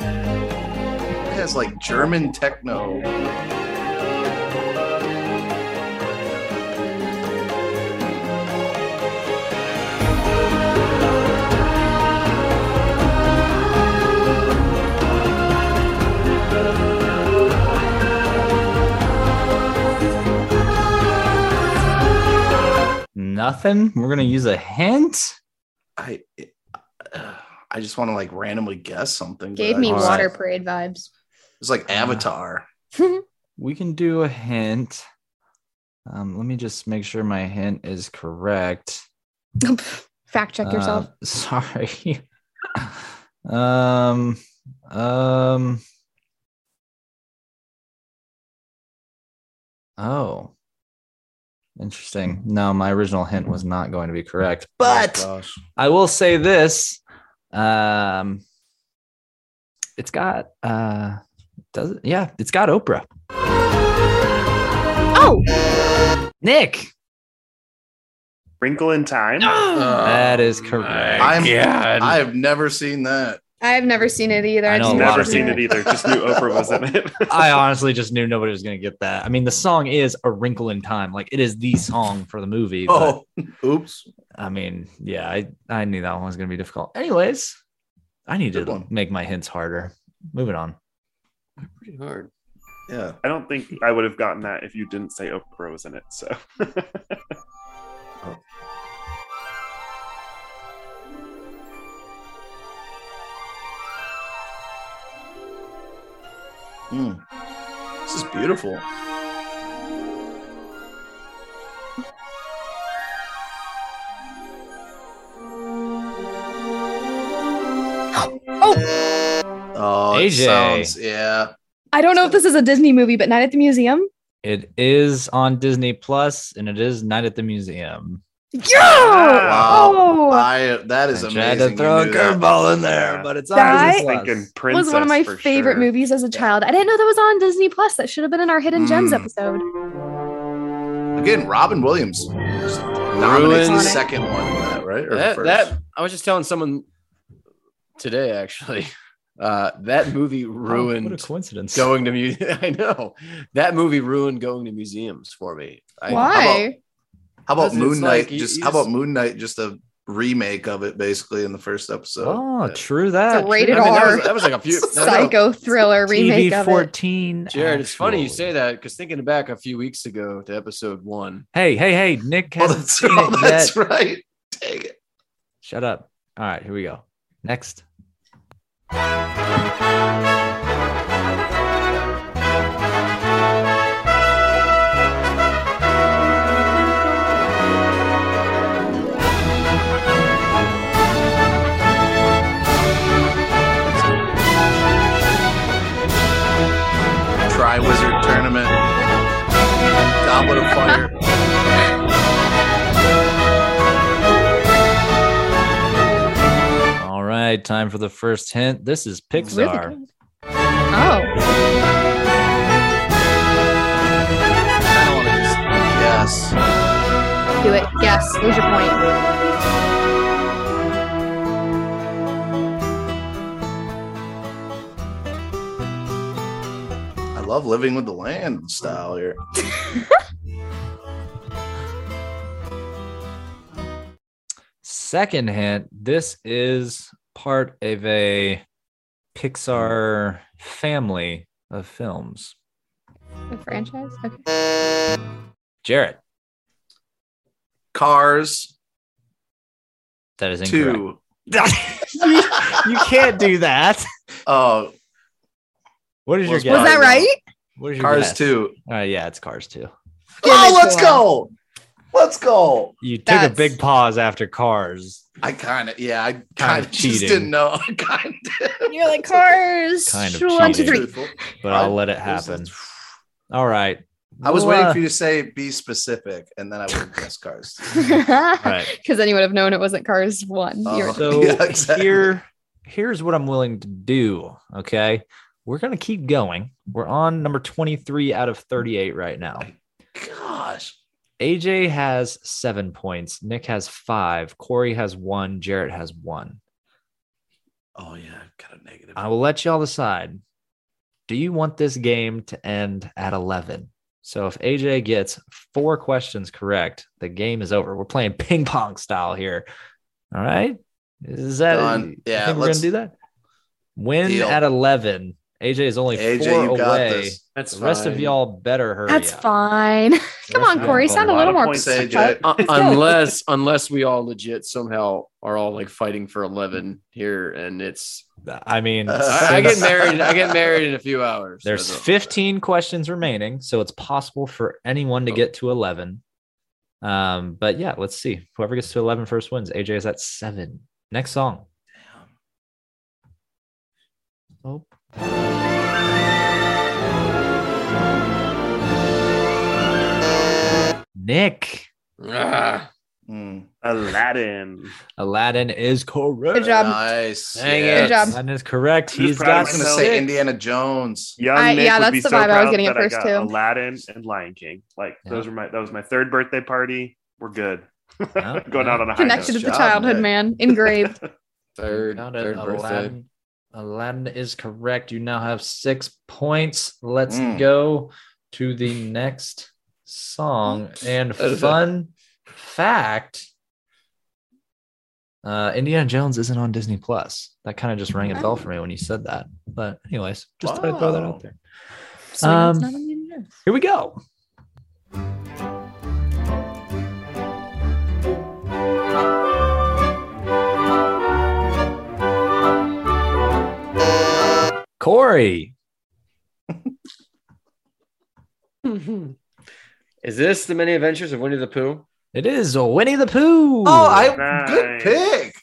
[SPEAKER 6] It has like German techno.
[SPEAKER 2] Nothing. We're gonna use a hint.
[SPEAKER 6] I. It, uh, I just want to like randomly guess something. but
[SPEAKER 3] Gave
[SPEAKER 6] I
[SPEAKER 3] me
[SPEAKER 6] just-
[SPEAKER 3] water parade vibes.
[SPEAKER 6] It's like Avatar.
[SPEAKER 2] We can do a hint. Um, let me just make sure my hint is correct.
[SPEAKER 3] Fact check yourself.
[SPEAKER 2] Uh, sorry. um, um. Oh, interesting. No, my original hint was not going to be correct, but
[SPEAKER 6] Oh, gosh.
[SPEAKER 2] I will say this. Um, it's got uh, does it? Yeah, it's got Oprah.
[SPEAKER 3] oh,
[SPEAKER 2] Nick,
[SPEAKER 4] Wrinkle in Time.
[SPEAKER 2] that is
[SPEAKER 5] my
[SPEAKER 2] correct.
[SPEAKER 6] I'm-
[SPEAKER 5] God.
[SPEAKER 6] I have never seen that.
[SPEAKER 3] I've never seen it either.
[SPEAKER 2] I know
[SPEAKER 3] just
[SPEAKER 2] a lot
[SPEAKER 4] Never
[SPEAKER 2] of
[SPEAKER 4] seen it
[SPEAKER 3] remember
[SPEAKER 4] either. Just knew Oprah was in it.
[SPEAKER 2] I honestly just knew nobody was going to get that. I mean, the song is "A Wrinkle in Time," like it is the song for the movie. But,
[SPEAKER 6] Oh, oops.
[SPEAKER 2] I mean, yeah, I I knew that one was going to be difficult. Anyways, I need
[SPEAKER 6] Good
[SPEAKER 2] to
[SPEAKER 6] one.
[SPEAKER 2] make my hints harder. Moving on.
[SPEAKER 5] Pretty hard.
[SPEAKER 6] Yeah.
[SPEAKER 4] I don't think I would have gotten that if you didn't say Oprah was in it. So
[SPEAKER 6] Mm. This is beautiful.
[SPEAKER 3] Oh,
[SPEAKER 6] Oh, it
[SPEAKER 2] AJ.
[SPEAKER 6] sounds- yeah.
[SPEAKER 3] I don't know if this is a Disney movie, but Night at the Museum.
[SPEAKER 2] It is on Disney Plus, and it is Night at the Museum.
[SPEAKER 3] Yeah.
[SPEAKER 4] Wow.
[SPEAKER 3] Oh,
[SPEAKER 6] I that is
[SPEAKER 2] I
[SPEAKER 6] amazing.
[SPEAKER 2] tried to
[SPEAKER 6] You
[SPEAKER 2] throw a
[SPEAKER 6] knew that.
[SPEAKER 2] curveball in there, but it's on
[SPEAKER 3] That
[SPEAKER 2] Disney Plus.
[SPEAKER 4] thinking
[SPEAKER 2] It
[SPEAKER 4] princess
[SPEAKER 3] was one of my
[SPEAKER 4] for
[SPEAKER 3] favorite
[SPEAKER 4] sure.
[SPEAKER 3] movies as a child. I didn't know that was on Disney Plus. That should have been in our Hidden Gems
[SPEAKER 6] Mm.
[SPEAKER 3] episode.
[SPEAKER 6] Again, Robin Williams just dominates the
[SPEAKER 5] Ruins-
[SPEAKER 6] second one, of that, right? Or
[SPEAKER 5] That,
[SPEAKER 6] first.
[SPEAKER 5] that I was just telling someone today actually. Uh, that movie ruined
[SPEAKER 2] What a coincidence.
[SPEAKER 5] going to museum. I know that movie ruined going to museums for me. I,
[SPEAKER 3] Why?
[SPEAKER 6] how about
[SPEAKER 5] Listen,
[SPEAKER 6] Moon
[SPEAKER 5] it's
[SPEAKER 6] Knight?
[SPEAKER 5] like you-
[SPEAKER 6] just
[SPEAKER 5] you
[SPEAKER 6] how
[SPEAKER 5] just-
[SPEAKER 6] about Moon Knight? Just a remake of it, basically in the first episode.
[SPEAKER 2] oh,
[SPEAKER 6] Yeah.
[SPEAKER 2] true that.
[SPEAKER 3] It's a
[SPEAKER 2] true
[SPEAKER 5] I
[SPEAKER 3] rated
[SPEAKER 5] mean,
[SPEAKER 2] that.
[SPEAKER 5] that,
[SPEAKER 3] R.
[SPEAKER 5] was, that was like a few. no, no.
[SPEAKER 3] Psycho thriller remake
[SPEAKER 2] TV
[SPEAKER 3] of it.
[SPEAKER 2] 14.
[SPEAKER 5] Jared, it's funny you say
[SPEAKER 2] actual.
[SPEAKER 5] that because thinking back a few weeks ago to episode one,
[SPEAKER 2] Hey, hey, hey, Nick
[SPEAKER 6] Oh,
[SPEAKER 2] hasn't
[SPEAKER 6] that's,
[SPEAKER 2] seen
[SPEAKER 6] oh,
[SPEAKER 2] it
[SPEAKER 6] that's
[SPEAKER 2] yet.
[SPEAKER 6] right. Dang it.
[SPEAKER 2] Shut up. All right, here we go. Next.
[SPEAKER 6] Tri Wizard Tournament, Goblet of Fire.
[SPEAKER 2] All right, time for the first hint. This is Pixar.
[SPEAKER 3] Oh,
[SPEAKER 6] I wanna just- yes.
[SPEAKER 3] do it. Yes, there's your point.
[SPEAKER 6] I love living with the land style here.
[SPEAKER 2] Second hint. This is part of a Pixar family of films.
[SPEAKER 3] The franchise. Okay.
[SPEAKER 2] Jared,
[SPEAKER 6] Cars
[SPEAKER 2] that is incorrect.
[SPEAKER 6] two.
[SPEAKER 2] you, you can't do that.
[SPEAKER 6] Oh,
[SPEAKER 2] What is your
[SPEAKER 6] Was
[SPEAKER 2] guess?
[SPEAKER 3] Was that
[SPEAKER 6] Cars.
[SPEAKER 3] right?
[SPEAKER 2] What is your
[SPEAKER 6] Cars
[SPEAKER 2] guess?
[SPEAKER 6] two.
[SPEAKER 2] All right, yeah, it's Cars 2.
[SPEAKER 3] Give it
[SPEAKER 6] oh,
[SPEAKER 3] to
[SPEAKER 6] let's
[SPEAKER 3] him.
[SPEAKER 6] go. Let's go.
[SPEAKER 2] You took a
[SPEAKER 3] That's-
[SPEAKER 2] big pause after Cars.
[SPEAKER 6] I kind of, yeah, I kind, of just
[SPEAKER 2] cheating.
[SPEAKER 6] didn't know. I kind of.
[SPEAKER 3] You're like cars.
[SPEAKER 2] Kind of
[SPEAKER 3] One, two,
[SPEAKER 2] cheating.
[SPEAKER 3] three.
[SPEAKER 2] but I'll
[SPEAKER 6] I-
[SPEAKER 2] let it
[SPEAKER 6] this
[SPEAKER 2] happen.
[SPEAKER 6] is-
[SPEAKER 2] All right.
[SPEAKER 6] I was
[SPEAKER 2] We'll,
[SPEAKER 6] waiting
[SPEAKER 2] uh,
[SPEAKER 6] for you to say be specific, and then I would guess cars.
[SPEAKER 2] right.
[SPEAKER 3] Because then you would have known it wasn't Cars One.
[SPEAKER 6] Oh.
[SPEAKER 3] You're-
[SPEAKER 2] Uh, So
[SPEAKER 6] Yeah, exactly.
[SPEAKER 2] here, here's what I'm willing to do. Okay. We're gonna keep going. We're on number 23 out of 38 right now.
[SPEAKER 6] Gosh,
[SPEAKER 2] AJ has seven points. Nick has five. Corey has one. Jarrett has one.
[SPEAKER 6] oh yeah, I've got a negative.
[SPEAKER 2] I will let y'all decide. Do you want this game to end at 11? So if AJ gets four questions correct, the game is over. We're playing ping pong style here. All right. Is that
[SPEAKER 6] Done.
[SPEAKER 2] you
[SPEAKER 6] Yeah,
[SPEAKER 2] think we're
[SPEAKER 6] let's-
[SPEAKER 2] gonna do that? Win
[SPEAKER 6] Deal.
[SPEAKER 2] at 11 AJ is only
[SPEAKER 6] AJ,
[SPEAKER 2] four
[SPEAKER 6] you got
[SPEAKER 2] away.
[SPEAKER 6] this.
[SPEAKER 5] That's
[SPEAKER 2] The rest of
[SPEAKER 5] fine.
[SPEAKER 2] y'all better hurry.
[SPEAKER 3] That's
[SPEAKER 2] up.
[SPEAKER 3] fine. Come on,
[SPEAKER 2] Yeah,
[SPEAKER 3] Corey.
[SPEAKER 2] but
[SPEAKER 3] Sound
[SPEAKER 2] a
[SPEAKER 3] a
[SPEAKER 2] lot
[SPEAKER 3] little
[SPEAKER 2] of
[SPEAKER 3] more.
[SPEAKER 4] points,
[SPEAKER 3] psycho.
[SPEAKER 6] AJ.
[SPEAKER 5] Un- Uh, unless unless we all legit somehow are all like fighting for 11 here and it's
[SPEAKER 2] I mean,
[SPEAKER 6] Uh,
[SPEAKER 5] I, I get
[SPEAKER 2] since
[SPEAKER 5] married i get married in a few hours
[SPEAKER 2] there's
[SPEAKER 5] So-
[SPEAKER 2] 15 questions remaining, so it's possible for anyone to get to 11. Um, but yeah, let's see. Whoever gets to 11 first wins. AJ is at seven. Next song. Oh, Nick
[SPEAKER 5] Ah,
[SPEAKER 6] Mm.
[SPEAKER 4] Aladdin.
[SPEAKER 2] Aladdin is correct.
[SPEAKER 3] Good job.
[SPEAKER 6] Nice.
[SPEAKER 5] Dang
[SPEAKER 6] yeah.
[SPEAKER 3] Good job.
[SPEAKER 2] Aladdin is correct.
[SPEAKER 4] Who's
[SPEAKER 2] He's
[SPEAKER 4] proud
[SPEAKER 6] I
[SPEAKER 2] got
[SPEAKER 6] was gonna
[SPEAKER 4] So-
[SPEAKER 6] say
[SPEAKER 2] six.
[SPEAKER 6] Indiana Jones.
[SPEAKER 4] Young
[SPEAKER 3] I-
[SPEAKER 4] Nick
[SPEAKER 3] yeah,
[SPEAKER 4] would
[SPEAKER 3] that's
[SPEAKER 4] be
[SPEAKER 3] the
[SPEAKER 4] so
[SPEAKER 3] vibe I was
[SPEAKER 4] proud
[SPEAKER 3] getting at
[SPEAKER 4] that
[SPEAKER 3] first,
[SPEAKER 4] got
[SPEAKER 3] too.
[SPEAKER 4] Aladdin and Lion King. Like
[SPEAKER 2] Yeah.
[SPEAKER 4] those were my that was my third birthday party. We're good.
[SPEAKER 2] Yeah,
[SPEAKER 4] Going
[SPEAKER 2] yeah.
[SPEAKER 4] out on a high
[SPEAKER 3] Connected to
[SPEAKER 4] note.
[SPEAKER 6] Good
[SPEAKER 3] the
[SPEAKER 6] job,
[SPEAKER 3] childhood
[SPEAKER 6] Nick.
[SPEAKER 3] man, engraved.
[SPEAKER 5] third,
[SPEAKER 2] Got it.
[SPEAKER 5] third birthday
[SPEAKER 2] Aladdin, Aladdin is correct. You now have six points. Let's
[SPEAKER 6] Mm.
[SPEAKER 5] Hmm.
[SPEAKER 2] go to the next song. And
[SPEAKER 5] That is a-
[SPEAKER 2] fun fact uh, Indiana Jones isn't on Disney Plus. That kind of just rang a bell for me when you said that. But, anyways, just thought I'd throw that
[SPEAKER 6] Wow.
[SPEAKER 2] out there.
[SPEAKER 3] So yeah, it's
[SPEAKER 2] Um,
[SPEAKER 3] not on the internet.
[SPEAKER 2] Here we go. Corey.
[SPEAKER 5] is this the many adventures of winnie the pooh
[SPEAKER 2] It is Winnie the Pooh.
[SPEAKER 6] Oh, I
[SPEAKER 4] Nice.
[SPEAKER 6] good pick.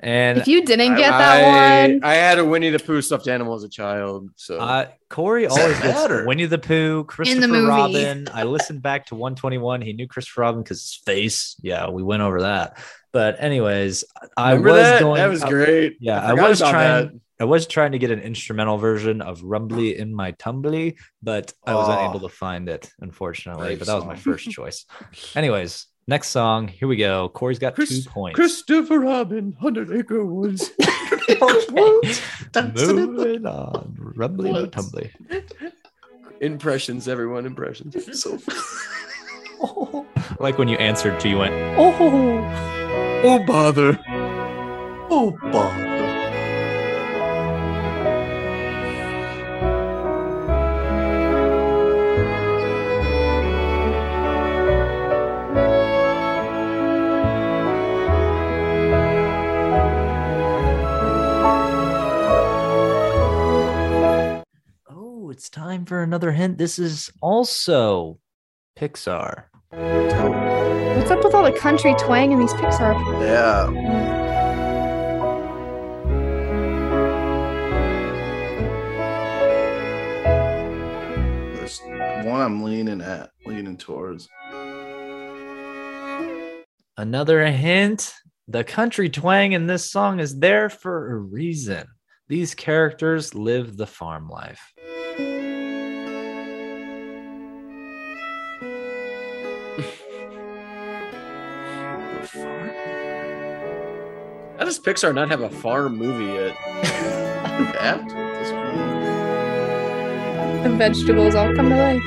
[SPEAKER 2] and
[SPEAKER 3] if you didn't get
[SPEAKER 5] I,
[SPEAKER 3] that one,
[SPEAKER 5] I had a winnie the pooh stuffed animal as a child so
[SPEAKER 2] uh, Corey
[SPEAKER 6] Does that
[SPEAKER 2] always gets
[SPEAKER 6] matter?
[SPEAKER 2] Winnie the Pooh, Christopher
[SPEAKER 3] movie.
[SPEAKER 2] Robin. I listened back to 121. He knew Christopher Robin because his face. Yeah, we went over that. But anyways, I
[SPEAKER 5] Remember
[SPEAKER 2] was
[SPEAKER 5] that?
[SPEAKER 2] going.
[SPEAKER 5] that was great
[SPEAKER 2] Yeah, I,
[SPEAKER 5] forgot
[SPEAKER 2] was
[SPEAKER 5] about
[SPEAKER 2] trying.
[SPEAKER 5] that.
[SPEAKER 2] I was trying to get an instrumental version of "Rumbly in My Tumbly," but I was
[SPEAKER 6] Oh.
[SPEAKER 2] unable to find it, unfortunately.
[SPEAKER 6] Great
[SPEAKER 2] but that was my
[SPEAKER 6] song.
[SPEAKER 2] first choice. Anyways, next song. Here we go. Corey's got
[SPEAKER 5] Chris-
[SPEAKER 2] two points.
[SPEAKER 5] christopher robin hundred acre woods
[SPEAKER 2] Moving on. Rumbly in my tumbly.
[SPEAKER 5] impressions everyone impressions
[SPEAKER 2] Like when you answered to you went.
[SPEAKER 5] oh bother
[SPEAKER 6] Oh, bother.
[SPEAKER 2] Oh, it's time for another hint. This is also Pixar.
[SPEAKER 3] what's up with all the country twang in these Pixar?
[SPEAKER 6] Yeah. There's one I'm leaning at, leaning towards.
[SPEAKER 2] Another hint the country twang in this song is there for a reason. These characters live the farm life.
[SPEAKER 5] how does pixar not have a farm movie yet
[SPEAKER 6] Apt at this point.
[SPEAKER 3] The vegetables all come to life.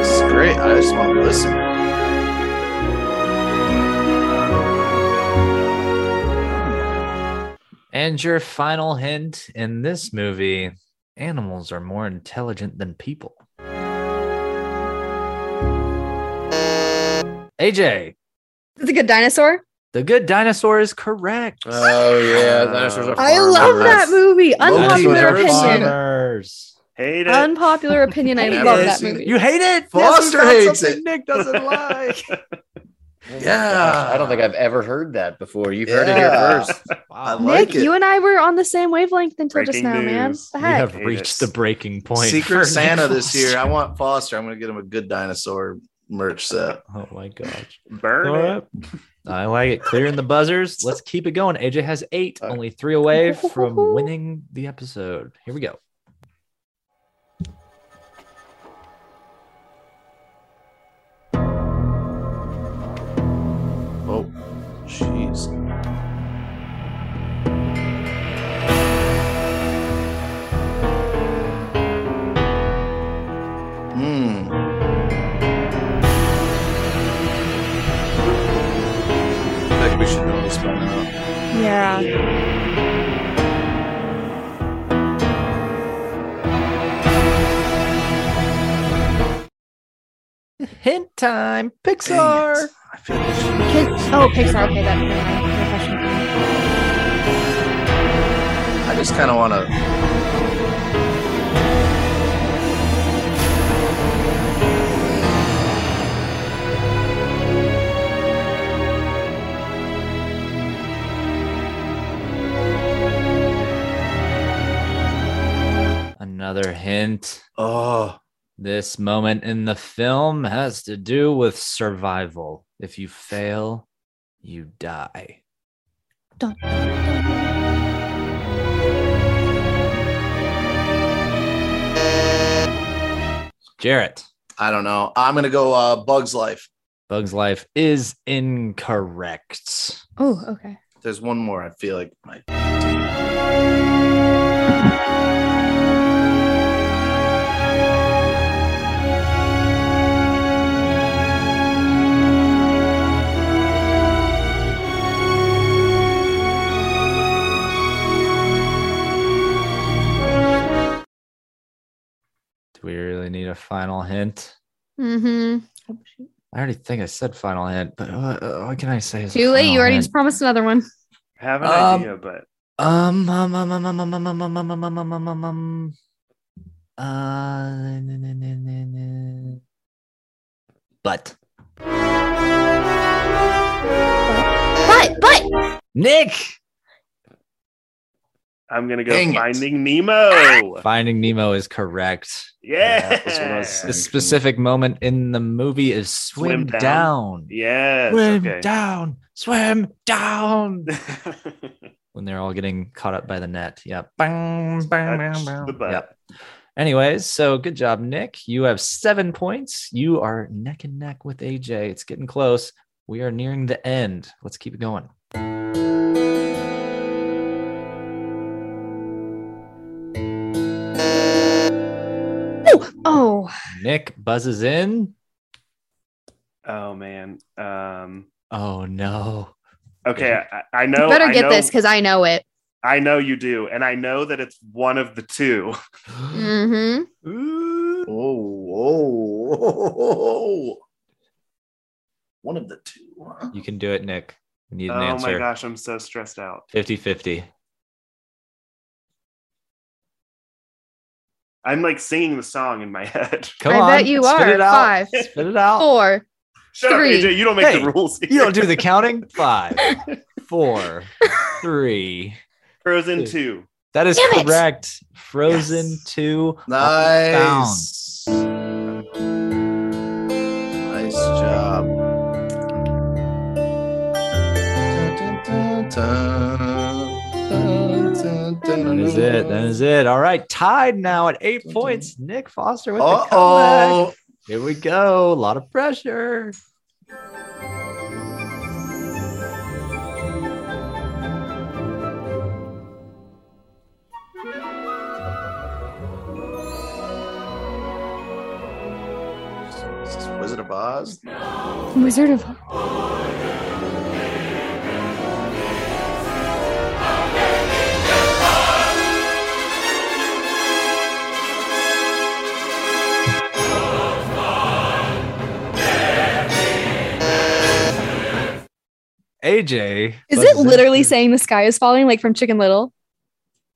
[SPEAKER 6] It's great. I just want to listen.
[SPEAKER 2] And your final hint in this movie animals are more intelligent than people. AJ,
[SPEAKER 3] Is it good dinosaur?
[SPEAKER 2] the good dinosaur is correct.
[SPEAKER 5] Oh yeah,
[SPEAKER 4] Uh,
[SPEAKER 5] dinosaurs. Are
[SPEAKER 3] I
[SPEAKER 5] farm
[SPEAKER 3] love
[SPEAKER 5] animals.
[SPEAKER 3] that movie. Unpopular
[SPEAKER 5] Loki.
[SPEAKER 3] opinion.
[SPEAKER 2] farmers.
[SPEAKER 4] Hate it.
[SPEAKER 3] Unpopular opinion. I
[SPEAKER 6] Never
[SPEAKER 3] love that
[SPEAKER 6] seen it.
[SPEAKER 3] movie.
[SPEAKER 2] You hate it?
[SPEAKER 6] Foster
[SPEAKER 2] That's
[SPEAKER 6] hates
[SPEAKER 2] something
[SPEAKER 6] it.
[SPEAKER 2] Nick doesn't like.
[SPEAKER 6] Yeah.
[SPEAKER 5] I don't think I've ever heard that before. You've heard it
[SPEAKER 6] Yeah.
[SPEAKER 5] here first.
[SPEAKER 6] I
[SPEAKER 2] wow.
[SPEAKER 6] love
[SPEAKER 3] Nick,
[SPEAKER 6] like it.
[SPEAKER 3] you and I were on the same wavelength until just
[SPEAKER 4] Breaking
[SPEAKER 3] now, man.
[SPEAKER 4] news.
[SPEAKER 3] The
[SPEAKER 2] We
[SPEAKER 3] heck?
[SPEAKER 2] have
[SPEAKER 4] Hate
[SPEAKER 2] reached
[SPEAKER 4] it.
[SPEAKER 2] the breaking point. for
[SPEAKER 6] Secret
[SPEAKER 2] Nick
[SPEAKER 6] Santa this
[SPEAKER 2] Foster.
[SPEAKER 6] year. I want Foster. I'm going to get him a good dinosaur merch set.
[SPEAKER 2] Oh my gosh.
[SPEAKER 4] Burn
[SPEAKER 2] All
[SPEAKER 4] it.
[SPEAKER 2] right. I like it. Clearing the buzzers. Let's keep it going. AJ has eight,
[SPEAKER 6] Uh,
[SPEAKER 2] only three away from winning the episode. Here we go.
[SPEAKER 6] Oh, jeez. Hmm. I think we should know this by now.
[SPEAKER 3] Yeah.
[SPEAKER 2] Hint time,
[SPEAKER 6] Dang
[SPEAKER 2] Pixar.
[SPEAKER 6] it. I feel like she-
[SPEAKER 3] Kid- oh, Pixar. Okay, that. never mind. Professional.
[SPEAKER 6] I just kind of want to.
[SPEAKER 2] Another hint.
[SPEAKER 6] Oh,
[SPEAKER 2] This moment in the film has to do with survival. If you fail, you die. Jarrett,
[SPEAKER 6] I don't know. I'm gonna go uh, Bugs Life.
[SPEAKER 2] Bug's Life is incorrect.
[SPEAKER 3] Oh, okay.
[SPEAKER 6] There's one more. I feel like my
[SPEAKER 2] Do we really need a final hint?
[SPEAKER 3] Mm-hmm.
[SPEAKER 2] I already think I said final hint, but what, what can I say? as a
[SPEAKER 3] Too late. You
[SPEAKER 2] final
[SPEAKER 3] already
[SPEAKER 2] hint?
[SPEAKER 3] just promised another one.
[SPEAKER 4] I have an
[SPEAKER 2] Um,
[SPEAKER 4] idea, but
[SPEAKER 2] Um, um, um, um, um, um, um, um, um, um, um, um, um, um, um, um, uh, na- na- na- na- na- but
[SPEAKER 3] But but
[SPEAKER 2] Nick
[SPEAKER 4] I'm gonna go
[SPEAKER 6] Dang it.
[SPEAKER 4] Finding Nemo.
[SPEAKER 2] finding Nemo is correct.
[SPEAKER 4] Yeah.
[SPEAKER 5] That's what I was
[SPEAKER 2] The
[SPEAKER 5] saying.
[SPEAKER 2] specific moment in the movie is swim,
[SPEAKER 4] Swim
[SPEAKER 2] down,
[SPEAKER 4] Yes.
[SPEAKER 2] swim
[SPEAKER 4] okay.
[SPEAKER 2] down, swim down. when they're all getting caught up by the net. Yep. Bang, bang,
[SPEAKER 4] Touch
[SPEAKER 2] bang, bang.
[SPEAKER 4] the butt.
[SPEAKER 2] Yep. Anyways, so good job, Nick. You have seven points. You are neck and neck with AJ. It's getting close. We are nearing the end. Let's keep it going.
[SPEAKER 3] oh,
[SPEAKER 2] Nick buzzes in.
[SPEAKER 4] oh man. Um.
[SPEAKER 2] Oh no.
[SPEAKER 4] Okay. I, I know.
[SPEAKER 3] better
[SPEAKER 4] I
[SPEAKER 3] get
[SPEAKER 4] know,
[SPEAKER 3] this because I know it.
[SPEAKER 4] I know you do, and I know that it's one of the two.
[SPEAKER 3] Mm-hmm.
[SPEAKER 6] Oh, oh, oh. one of the two. huh?
[SPEAKER 2] You can do it, Nick. We need an
[SPEAKER 4] oh my
[SPEAKER 2] answer.
[SPEAKER 4] gosh, I'm so stressed out.
[SPEAKER 2] 50 50.
[SPEAKER 4] I'm like singing the song in my head.
[SPEAKER 2] Come
[SPEAKER 3] I
[SPEAKER 2] on.
[SPEAKER 3] bet you
[SPEAKER 2] spit
[SPEAKER 3] are.
[SPEAKER 2] It out.
[SPEAKER 3] Five,
[SPEAKER 2] Spit it out.
[SPEAKER 3] four,
[SPEAKER 4] Shut
[SPEAKER 3] Three.
[SPEAKER 4] up, AJ. You don't make
[SPEAKER 2] Hey,
[SPEAKER 4] the rules. Here.
[SPEAKER 2] You don't do the counting. Five, four, three.
[SPEAKER 4] Frozen two.
[SPEAKER 2] That is
[SPEAKER 3] Damn it.
[SPEAKER 2] correct. Frozen
[SPEAKER 4] Yes.
[SPEAKER 2] 2.
[SPEAKER 6] Nice. Nice job.
[SPEAKER 2] That is it. That is it. All right. Tied now at eight
[SPEAKER 6] Dun, dun.
[SPEAKER 2] points. Nick Foster with the comeback.
[SPEAKER 6] Uh-oh.
[SPEAKER 2] Here we go. A lot of pressure.
[SPEAKER 6] Is this Wizard of Oz?
[SPEAKER 3] Wizard of.
[SPEAKER 2] AJ.
[SPEAKER 3] Is
[SPEAKER 2] what
[SPEAKER 3] it literally
[SPEAKER 2] your-
[SPEAKER 3] saying the sky is falling, like from Chicken Little?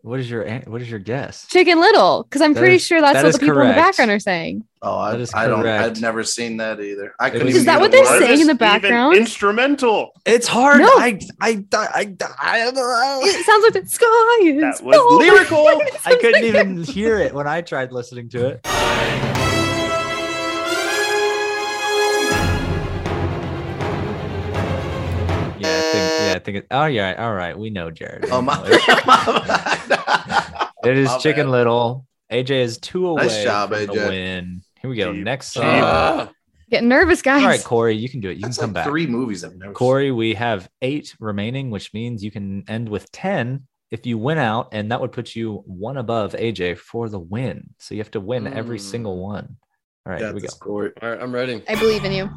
[SPEAKER 2] What is your an- what is your guess?
[SPEAKER 3] Chicken Little, because I'm
[SPEAKER 2] That
[SPEAKER 3] pretty
[SPEAKER 2] is-
[SPEAKER 3] sure that's
[SPEAKER 2] that
[SPEAKER 3] what
[SPEAKER 2] is
[SPEAKER 3] the people in the
[SPEAKER 2] correct.
[SPEAKER 3] background are saying.
[SPEAKER 6] Oh, I,
[SPEAKER 2] That is
[SPEAKER 6] I don't.
[SPEAKER 2] correct.
[SPEAKER 6] I've never seen that either. I couldn't
[SPEAKER 2] was-
[SPEAKER 6] even.
[SPEAKER 2] Is that
[SPEAKER 6] get
[SPEAKER 2] what
[SPEAKER 6] a
[SPEAKER 3] they're
[SPEAKER 6] word.
[SPEAKER 4] What?
[SPEAKER 3] saying? in the
[SPEAKER 4] Even
[SPEAKER 3] background?
[SPEAKER 4] instrumental.
[SPEAKER 2] It's hard.
[SPEAKER 3] No.
[SPEAKER 2] I I I I, I,
[SPEAKER 3] It sounds like the sky is.
[SPEAKER 4] That was
[SPEAKER 3] falling.
[SPEAKER 4] lyrical.
[SPEAKER 3] It
[SPEAKER 2] I
[SPEAKER 3] sounds
[SPEAKER 2] couldn't
[SPEAKER 3] like
[SPEAKER 2] even
[SPEAKER 3] it.
[SPEAKER 2] hear it when I tried listening to it. Yeah, I think, yeah, I think it, oh yeah, all right, we know Jared. We
[SPEAKER 6] Oh my!
[SPEAKER 2] know it. it is
[SPEAKER 6] my
[SPEAKER 2] Chicken
[SPEAKER 6] bad.
[SPEAKER 2] Little. AJ is two away
[SPEAKER 6] Nice job,
[SPEAKER 2] from the
[SPEAKER 6] AJ.
[SPEAKER 2] win. Here we go.
[SPEAKER 4] Deep,
[SPEAKER 2] Next
[SPEAKER 4] deep.
[SPEAKER 2] song.
[SPEAKER 6] Ah,
[SPEAKER 3] Get nervous, guys.
[SPEAKER 2] all right, Corey, you can do it. You
[SPEAKER 6] that's
[SPEAKER 2] can come
[SPEAKER 6] like
[SPEAKER 2] back.
[SPEAKER 6] three movies I've never.
[SPEAKER 2] Corey, we have eight remaining, which means you can end with 10 if you win out, and that would put you one above AJ for the win. So you have to win every
[SPEAKER 5] Mm.
[SPEAKER 2] single one. All right,
[SPEAKER 6] Got
[SPEAKER 2] here we go.
[SPEAKER 6] this, Corey.
[SPEAKER 5] All right, I'm ready.
[SPEAKER 3] I believe in you.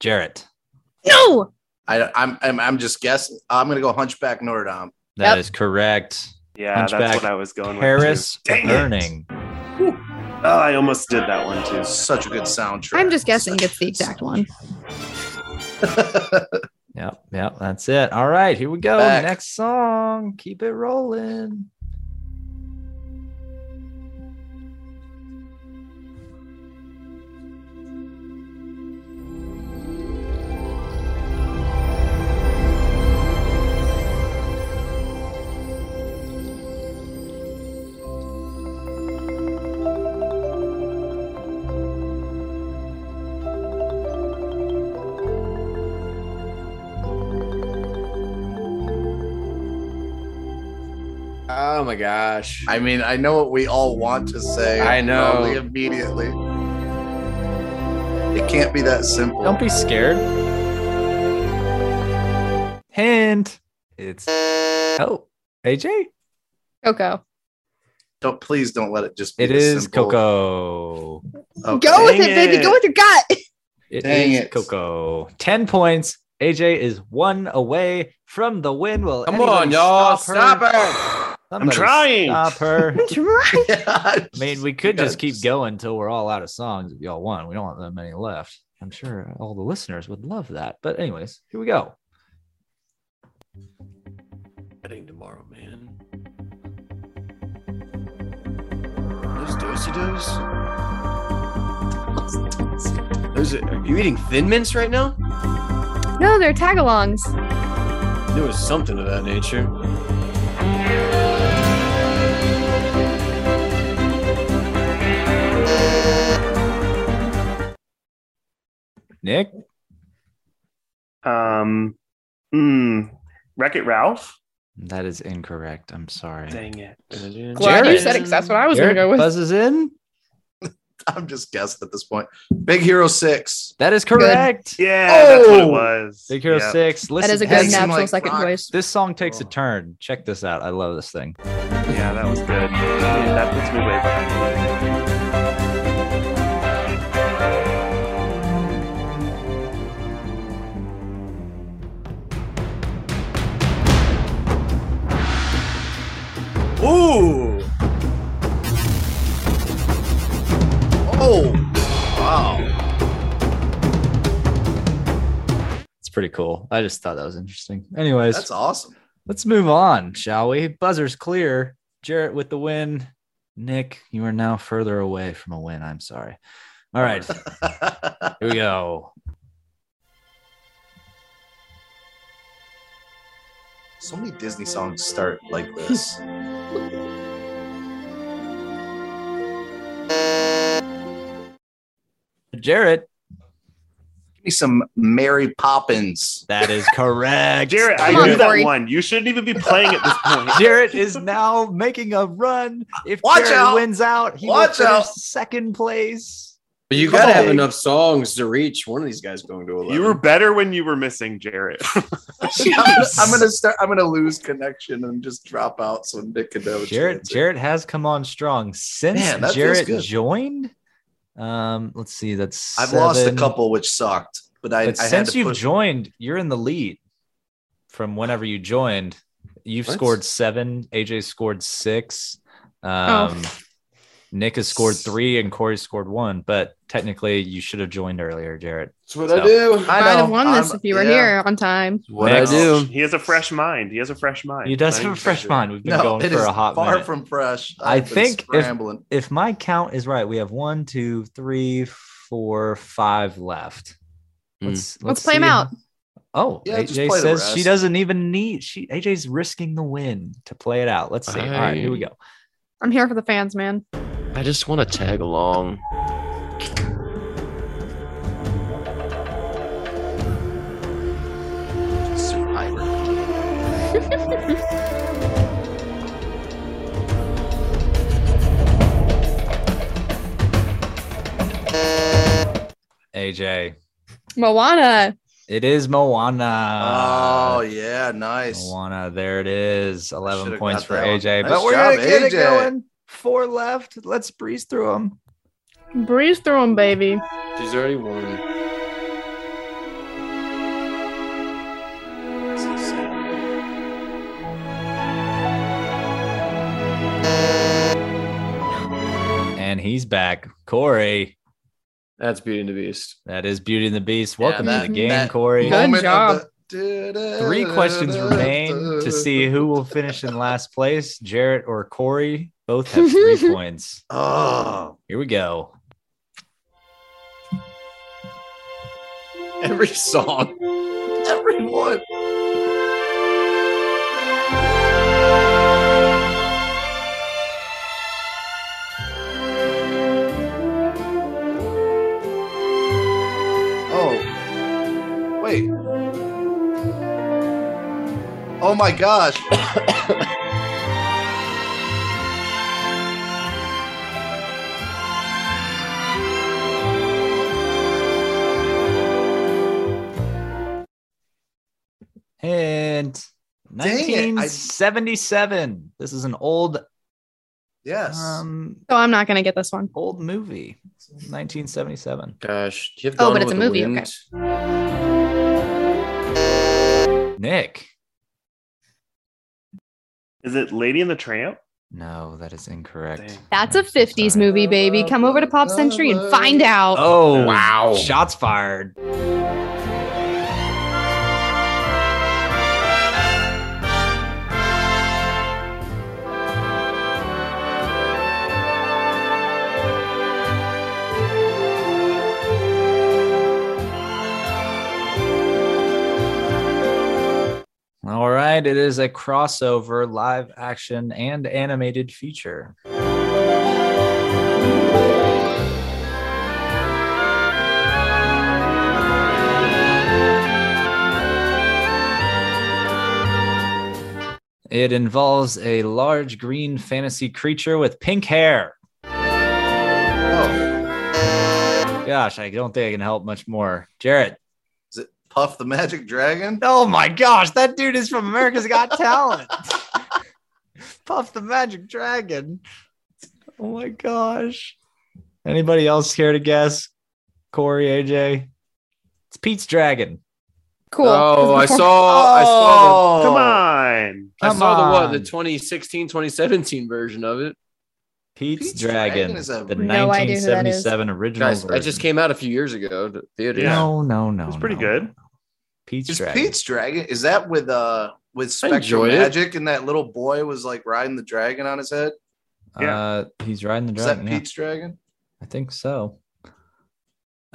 [SPEAKER 2] Jarrett,
[SPEAKER 3] No.
[SPEAKER 6] I, I'm, I'm I'm just guessing. I'm gonna go Hunchback Notre Dame.
[SPEAKER 2] that is
[SPEAKER 3] Yep.
[SPEAKER 2] correct.
[SPEAKER 4] Yeah, that's
[SPEAKER 2] Hunchback
[SPEAKER 4] what I was going
[SPEAKER 2] Paris
[SPEAKER 4] with. too. Dang it.
[SPEAKER 2] Burning.
[SPEAKER 4] Oh, I almost did that one too.
[SPEAKER 6] Such a good soundtrack.
[SPEAKER 3] I'm just guessing it's the exact one.
[SPEAKER 2] Yep, yep, that's it. All right, here we go.
[SPEAKER 6] Back.
[SPEAKER 2] Next song. Keep it rolling.
[SPEAKER 5] Oh my gosh.
[SPEAKER 6] I mean, I know what we all want to say.
[SPEAKER 5] I know.
[SPEAKER 6] probably immediately. It can't be that simple.
[SPEAKER 2] Don't be scared. Hint. It's oh AJ.
[SPEAKER 3] Coco.
[SPEAKER 6] Don't please don't let it just. be
[SPEAKER 2] It
[SPEAKER 6] this
[SPEAKER 2] is
[SPEAKER 6] simple.
[SPEAKER 2] Coco.
[SPEAKER 6] Okay.
[SPEAKER 3] Go with
[SPEAKER 4] Dang
[SPEAKER 3] it, baby.
[SPEAKER 4] it.
[SPEAKER 3] Go with your gut.
[SPEAKER 2] It is
[SPEAKER 6] Dang it.
[SPEAKER 2] Coco. Ten points. AJ is one away from the win. Well,
[SPEAKER 5] Come on, y'all. Stop her.
[SPEAKER 4] I'm trying.
[SPEAKER 2] Stop her.
[SPEAKER 3] Right.
[SPEAKER 6] I
[SPEAKER 2] I mean, we could just keep going until we're all out of songs if y'all want. We don't want that many left. I'm sure all the listeners would love that. But anyways, here we go.
[SPEAKER 5] Wedding tomorrow, man.
[SPEAKER 6] Those dosey dos.
[SPEAKER 5] Those are, are you eating thin mints right now?
[SPEAKER 3] No, they're tagalongs.
[SPEAKER 5] There was something of that nature.
[SPEAKER 2] Nick,
[SPEAKER 4] Um, mm, Wreck It Ralph.
[SPEAKER 2] that is incorrect. I'm sorry.
[SPEAKER 4] Dang it.
[SPEAKER 3] Glad you
[SPEAKER 2] Jared.
[SPEAKER 3] said it 'cause that's what I was going to
[SPEAKER 2] Garrett
[SPEAKER 3] go with.
[SPEAKER 2] buzzes in.
[SPEAKER 6] I'm just guessing at this point. Big Hero Six.
[SPEAKER 2] That is correct.
[SPEAKER 4] Yeah,
[SPEAKER 6] Oh!
[SPEAKER 4] that's what it was.
[SPEAKER 2] Big Hero
[SPEAKER 4] Yeah.
[SPEAKER 2] Six. Listen,
[SPEAKER 3] That is a
[SPEAKER 6] Hey,
[SPEAKER 3] good
[SPEAKER 6] some,
[SPEAKER 2] this,
[SPEAKER 6] nap.
[SPEAKER 3] natural
[SPEAKER 6] like,
[SPEAKER 3] second
[SPEAKER 6] rock.
[SPEAKER 3] choice.
[SPEAKER 2] this song takes a turn. Check this out. I love this thing.
[SPEAKER 4] Yeah, that was good. Yeah, that puts me way behind.
[SPEAKER 6] Ooh. Oh. Wow.
[SPEAKER 2] It's pretty cool. I just thought that was interesting. Anyways,
[SPEAKER 6] That's awesome.
[SPEAKER 2] let's move on, shall we? Buzzer's clear. Jarrett with the win. Nick, you are now further away from a win. I'm sorry. All right, here we go.
[SPEAKER 6] so many Disney songs start like this.
[SPEAKER 2] Jarrett,
[SPEAKER 6] Give me some Mary Poppins.
[SPEAKER 2] that is correct.
[SPEAKER 4] Jared, I
[SPEAKER 3] Come on,
[SPEAKER 4] knew
[SPEAKER 3] Corey.
[SPEAKER 4] that one. You shouldn't even be playing at this point.
[SPEAKER 2] Jarrett is now making a run. If
[SPEAKER 6] Watch
[SPEAKER 2] Jarrett
[SPEAKER 6] out.
[SPEAKER 2] wins out, he
[SPEAKER 6] Watch
[SPEAKER 2] will finish
[SPEAKER 6] out.
[SPEAKER 2] second place.
[SPEAKER 5] But you
[SPEAKER 6] Come
[SPEAKER 5] gotta
[SPEAKER 6] on.
[SPEAKER 5] have enough songs to reach one of these guys going to 11.
[SPEAKER 4] You were better when you were missing, Jarrett.
[SPEAKER 6] I'm, I'm gonna start. I'm gonna lose connection and just drop out so Nick can know.
[SPEAKER 2] Jarrett Jarrett has come on strong since
[SPEAKER 6] Man, that feels
[SPEAKER 2] Jarrett
[SPEAKER 6] good.
[SPEAKER 2] joined. Um, let's see. That's
[SPEAKER 6] I've lost a
[SPEAKER 2] seven.
[SPEAKER 6] couple, which sucked. But I,
[SPEAKER 2] But
[SPEAKER 6] I had
[SPEAKER 2] since
[SPEAKER 6] to
[SPEAKER 2] you've
[SPEAKER 6] push.
[SPEAKER 2] joined, you're in the lead. From whenever you joined, you've
[SPEAKER 5] What?
[SPEAKER 2] scored seven. AJ scored six. Um, Nick has scored three, and Corey scored one. But technically, you should have joined earlier, Jarrett.
[SPEAKER 5] That's what
[SPEAKER 2] So-
[SPEAKER 5] I do.
[SPEAKER 3] I
[SPEAKER 6] I
[SPEAKER 3] might
[SPEAKER 6] know,
[SPEAKER 3] have won this
[SPEAKER 6] I'm-
[SPEAKER 3] if you were
[SPEAKER 6] yeah.
[SPEAKER 3] here on time.
[SPEAKER 5] What I
[SPEAKER 2] Next.
[SPEAKER 5] do.
[SPEAKER 4] He has a fresh mind. He has a fresh mind.
[SPEAKER 2] He does
[SPEAKER 4] Not
[SPEAKER 2] have a
[SPEAKER 4] even
[SPEAKER 2] fresh
[SPEAKER 4] measured.
[SPEAKER 2] mind. We've been
[SPEAKER 6] No,
[SPEAKER 2] going
[SPEAKER 6] it
[SPEAKER 2] for
[SPEAKER 6] is
[SPEAKER 2] a hot
[SPEAKER 6] far
[SPEAKER 2] minute.
[SPEAKER 6] from fresh.
[SPEAKER 2] I
[SPEAKER 6] I've been
[SPEAKER 2] think if-
[SPEAKER 6] scrambling.
[SPEAKER 2] if my count is right, we have one, two, three, four, five left.
[SPEAKER 5] Hmm.
[SPEAKER 2] Let's,
[SPEAKER 3] Let's play 'em
[SPEAKER 2] see.
[SPEAKER 3] out.
[SPEAKER 2] Oh,
[SPEAKER 6] Yeah, just
[SPEAKER 2] AJ
[SPEAKER 6] play the
[SPEAKER 2] says she
[SPEAKER 6] rest.
[SPEAKER 2] doesn't even need. She AJ's risking the win to play it out. Let's see. All right, here we go.
[SPEAKER 3] I'm here for the fans, man.
[SPEAKER 7] I just want to tag along.
[SPEAKER 6] Survivor.
[SPEAKER 2] AJ,
[SPEAKER 3] Moana.
[SPEAKER 2] it is Moana.
[SPEAKER 6] oh yeah, nice.
[SPEAKER 2] Moana, there it is. uh, Eleven
[SPEAKER 6] should've
[SPEAKER 2] points
[SPEAKER 6] got
[SPEAKER 2] for
[SPEAKER 6] that one.
[SPEAKER 2] AJ,
[SPEAKER 6] Nice
[SPEAKER 2] but we're
[SPEAKER 6] job,
[SPEAKER 2] gonna get it
[SPEAKER 6] AJ.
[SPEAKER 2] going. Four left. Let's breeze through them.
[SPEAKER 3] Breeze through them, baby.
[SPEAKER 5] She's already won.
[SPEAKER 2] he's back. Corey,
[SPEAKER 5] That's Beauty and the Beast.
[SPEAKER 2] that is Beauty and the Beast. Welcome
[SPEAKER 5] that-
[SPEAKER 2] to the game,
[SPEAKER 5] that-
[SPEAKER 2] Corey.
[SPEAKER 3] Good job.
[SPEAKER 6] of the-
[SPEAKER 2] Three questions remain to see who will finish in last place. Jarrett or Corey both have three points.
[SPEAKER 6] Oh,
[SPEAKER 2] Here we go.
[SPEAKER 5] Every song.
[SPEAKER 6] everyone. Oh, wait. Oh my gosh.
[SPEAKER 2] And
[SPEAKER 6] it, I-
[SPEAKER 2] 1977. This is an old
[SPEAKER 6] Yes.
[SPEAKER 2] um
[SPEAKER 3] So I'm not gonna get this one.
[SPEAKER 2] old movie. 1977.
[SPEAKER 5] Gosh. Do you have
[SPEAKER 3] Oh,
[SPEAKER 5] Gone
[SPEAKER 3] but it's
[SPEAKER 5] with
[SPEAKER 3] a
[SPEAKER 5] the
[SPEAKER 3] movie,
[SPEAKER 5] Wind?
[SPEAKER 3] okay.
[SPEAKER 2] Nick.
[SPEAKER 4] Is it Lady and the Tramp?
[SPEAKER 2] No, that is incorrect.
[SPEAKER 4] Dang.
[SPEAKER 3] That's a
[SPEAKER 2] I'm so
[SPEAKER 3] 50s
[SPEAKER 2] sorry.
[SPEAKER 3] movie, baby. Come over to Pop Century and find out.
[SPEAKER 2] Oh,
[SPEAKER 5] Wow.
[SPEAKER 2] Shots fired. All right, it is a crossover live action and animated feature. It involves a large green fantasy creature with pink hair.
[SPEAKER 6] Oh,
[SPEAKER 2] Gosh, I don't think I can help much more. Jarrett.
[SPEAKER 6] is it Puff the Magic Dragon?
[SPEAKER 2] Oh my gosh, that dude is from America's Got Talent. Puff the Magic Dragon. Oh my gosh. Anybody else care to guess? Corey, AJ? It's Pete's Dragon.
[SPEAKER 3] Cool.
[SPEAKER 5] Oh, I saw. I saw.
[SPEAKER 6] Oh,
[SPEAKER 4] Come on.
[SPEAKER 5] The, I
[SPEAKER 2] Come
[SPEAKER 5] saw the what? The
[SPEAKER 2] on.
[SPEAKER 5] 2016, 2017 version of it.
[SPEAKER 2] Pete's,
[SPEAKER 6] Pete's
[SPEAKER 2] Dragon,
[SPEAKER 6] Dragon is a-
[SPEAKER 2] the
[SPEAKER 3] No idea who that is.
[SPEAKER 2] 1977 original.
[SPEAKER 5] Guys, I just
[SPEAKER 2] version.
[SPEAKER 5] came out a few years ago. To theater.
[SPEAKER 4] Yeah.
[SPEAKER 2] No, no, no.
[SPEAKER 4] It's pretty
[SPEAKER 2] no.
[SPEAKER 4] good.
[SPEAKER 2] Pete's
[SPEAKER 6] Is
[SPEAKER 2] Dragon.
[SPEAKER 6] Pete's Dragon? Is that with uh with Spectrum
[SPEAKER 5] enjoyed it.
[SPEAKER 6] Magic and that little boy was like riding the dragon on his head?
[SPEAKER 4] Yeah.
[SPEAKER 2] Uh, he's riding the
[SPEAKER 6] Is that
[SPEAKER 2] dragon. yeah.
[SPEAKER 6] Pete's Dragon?
[SPEAKER 2] I think so.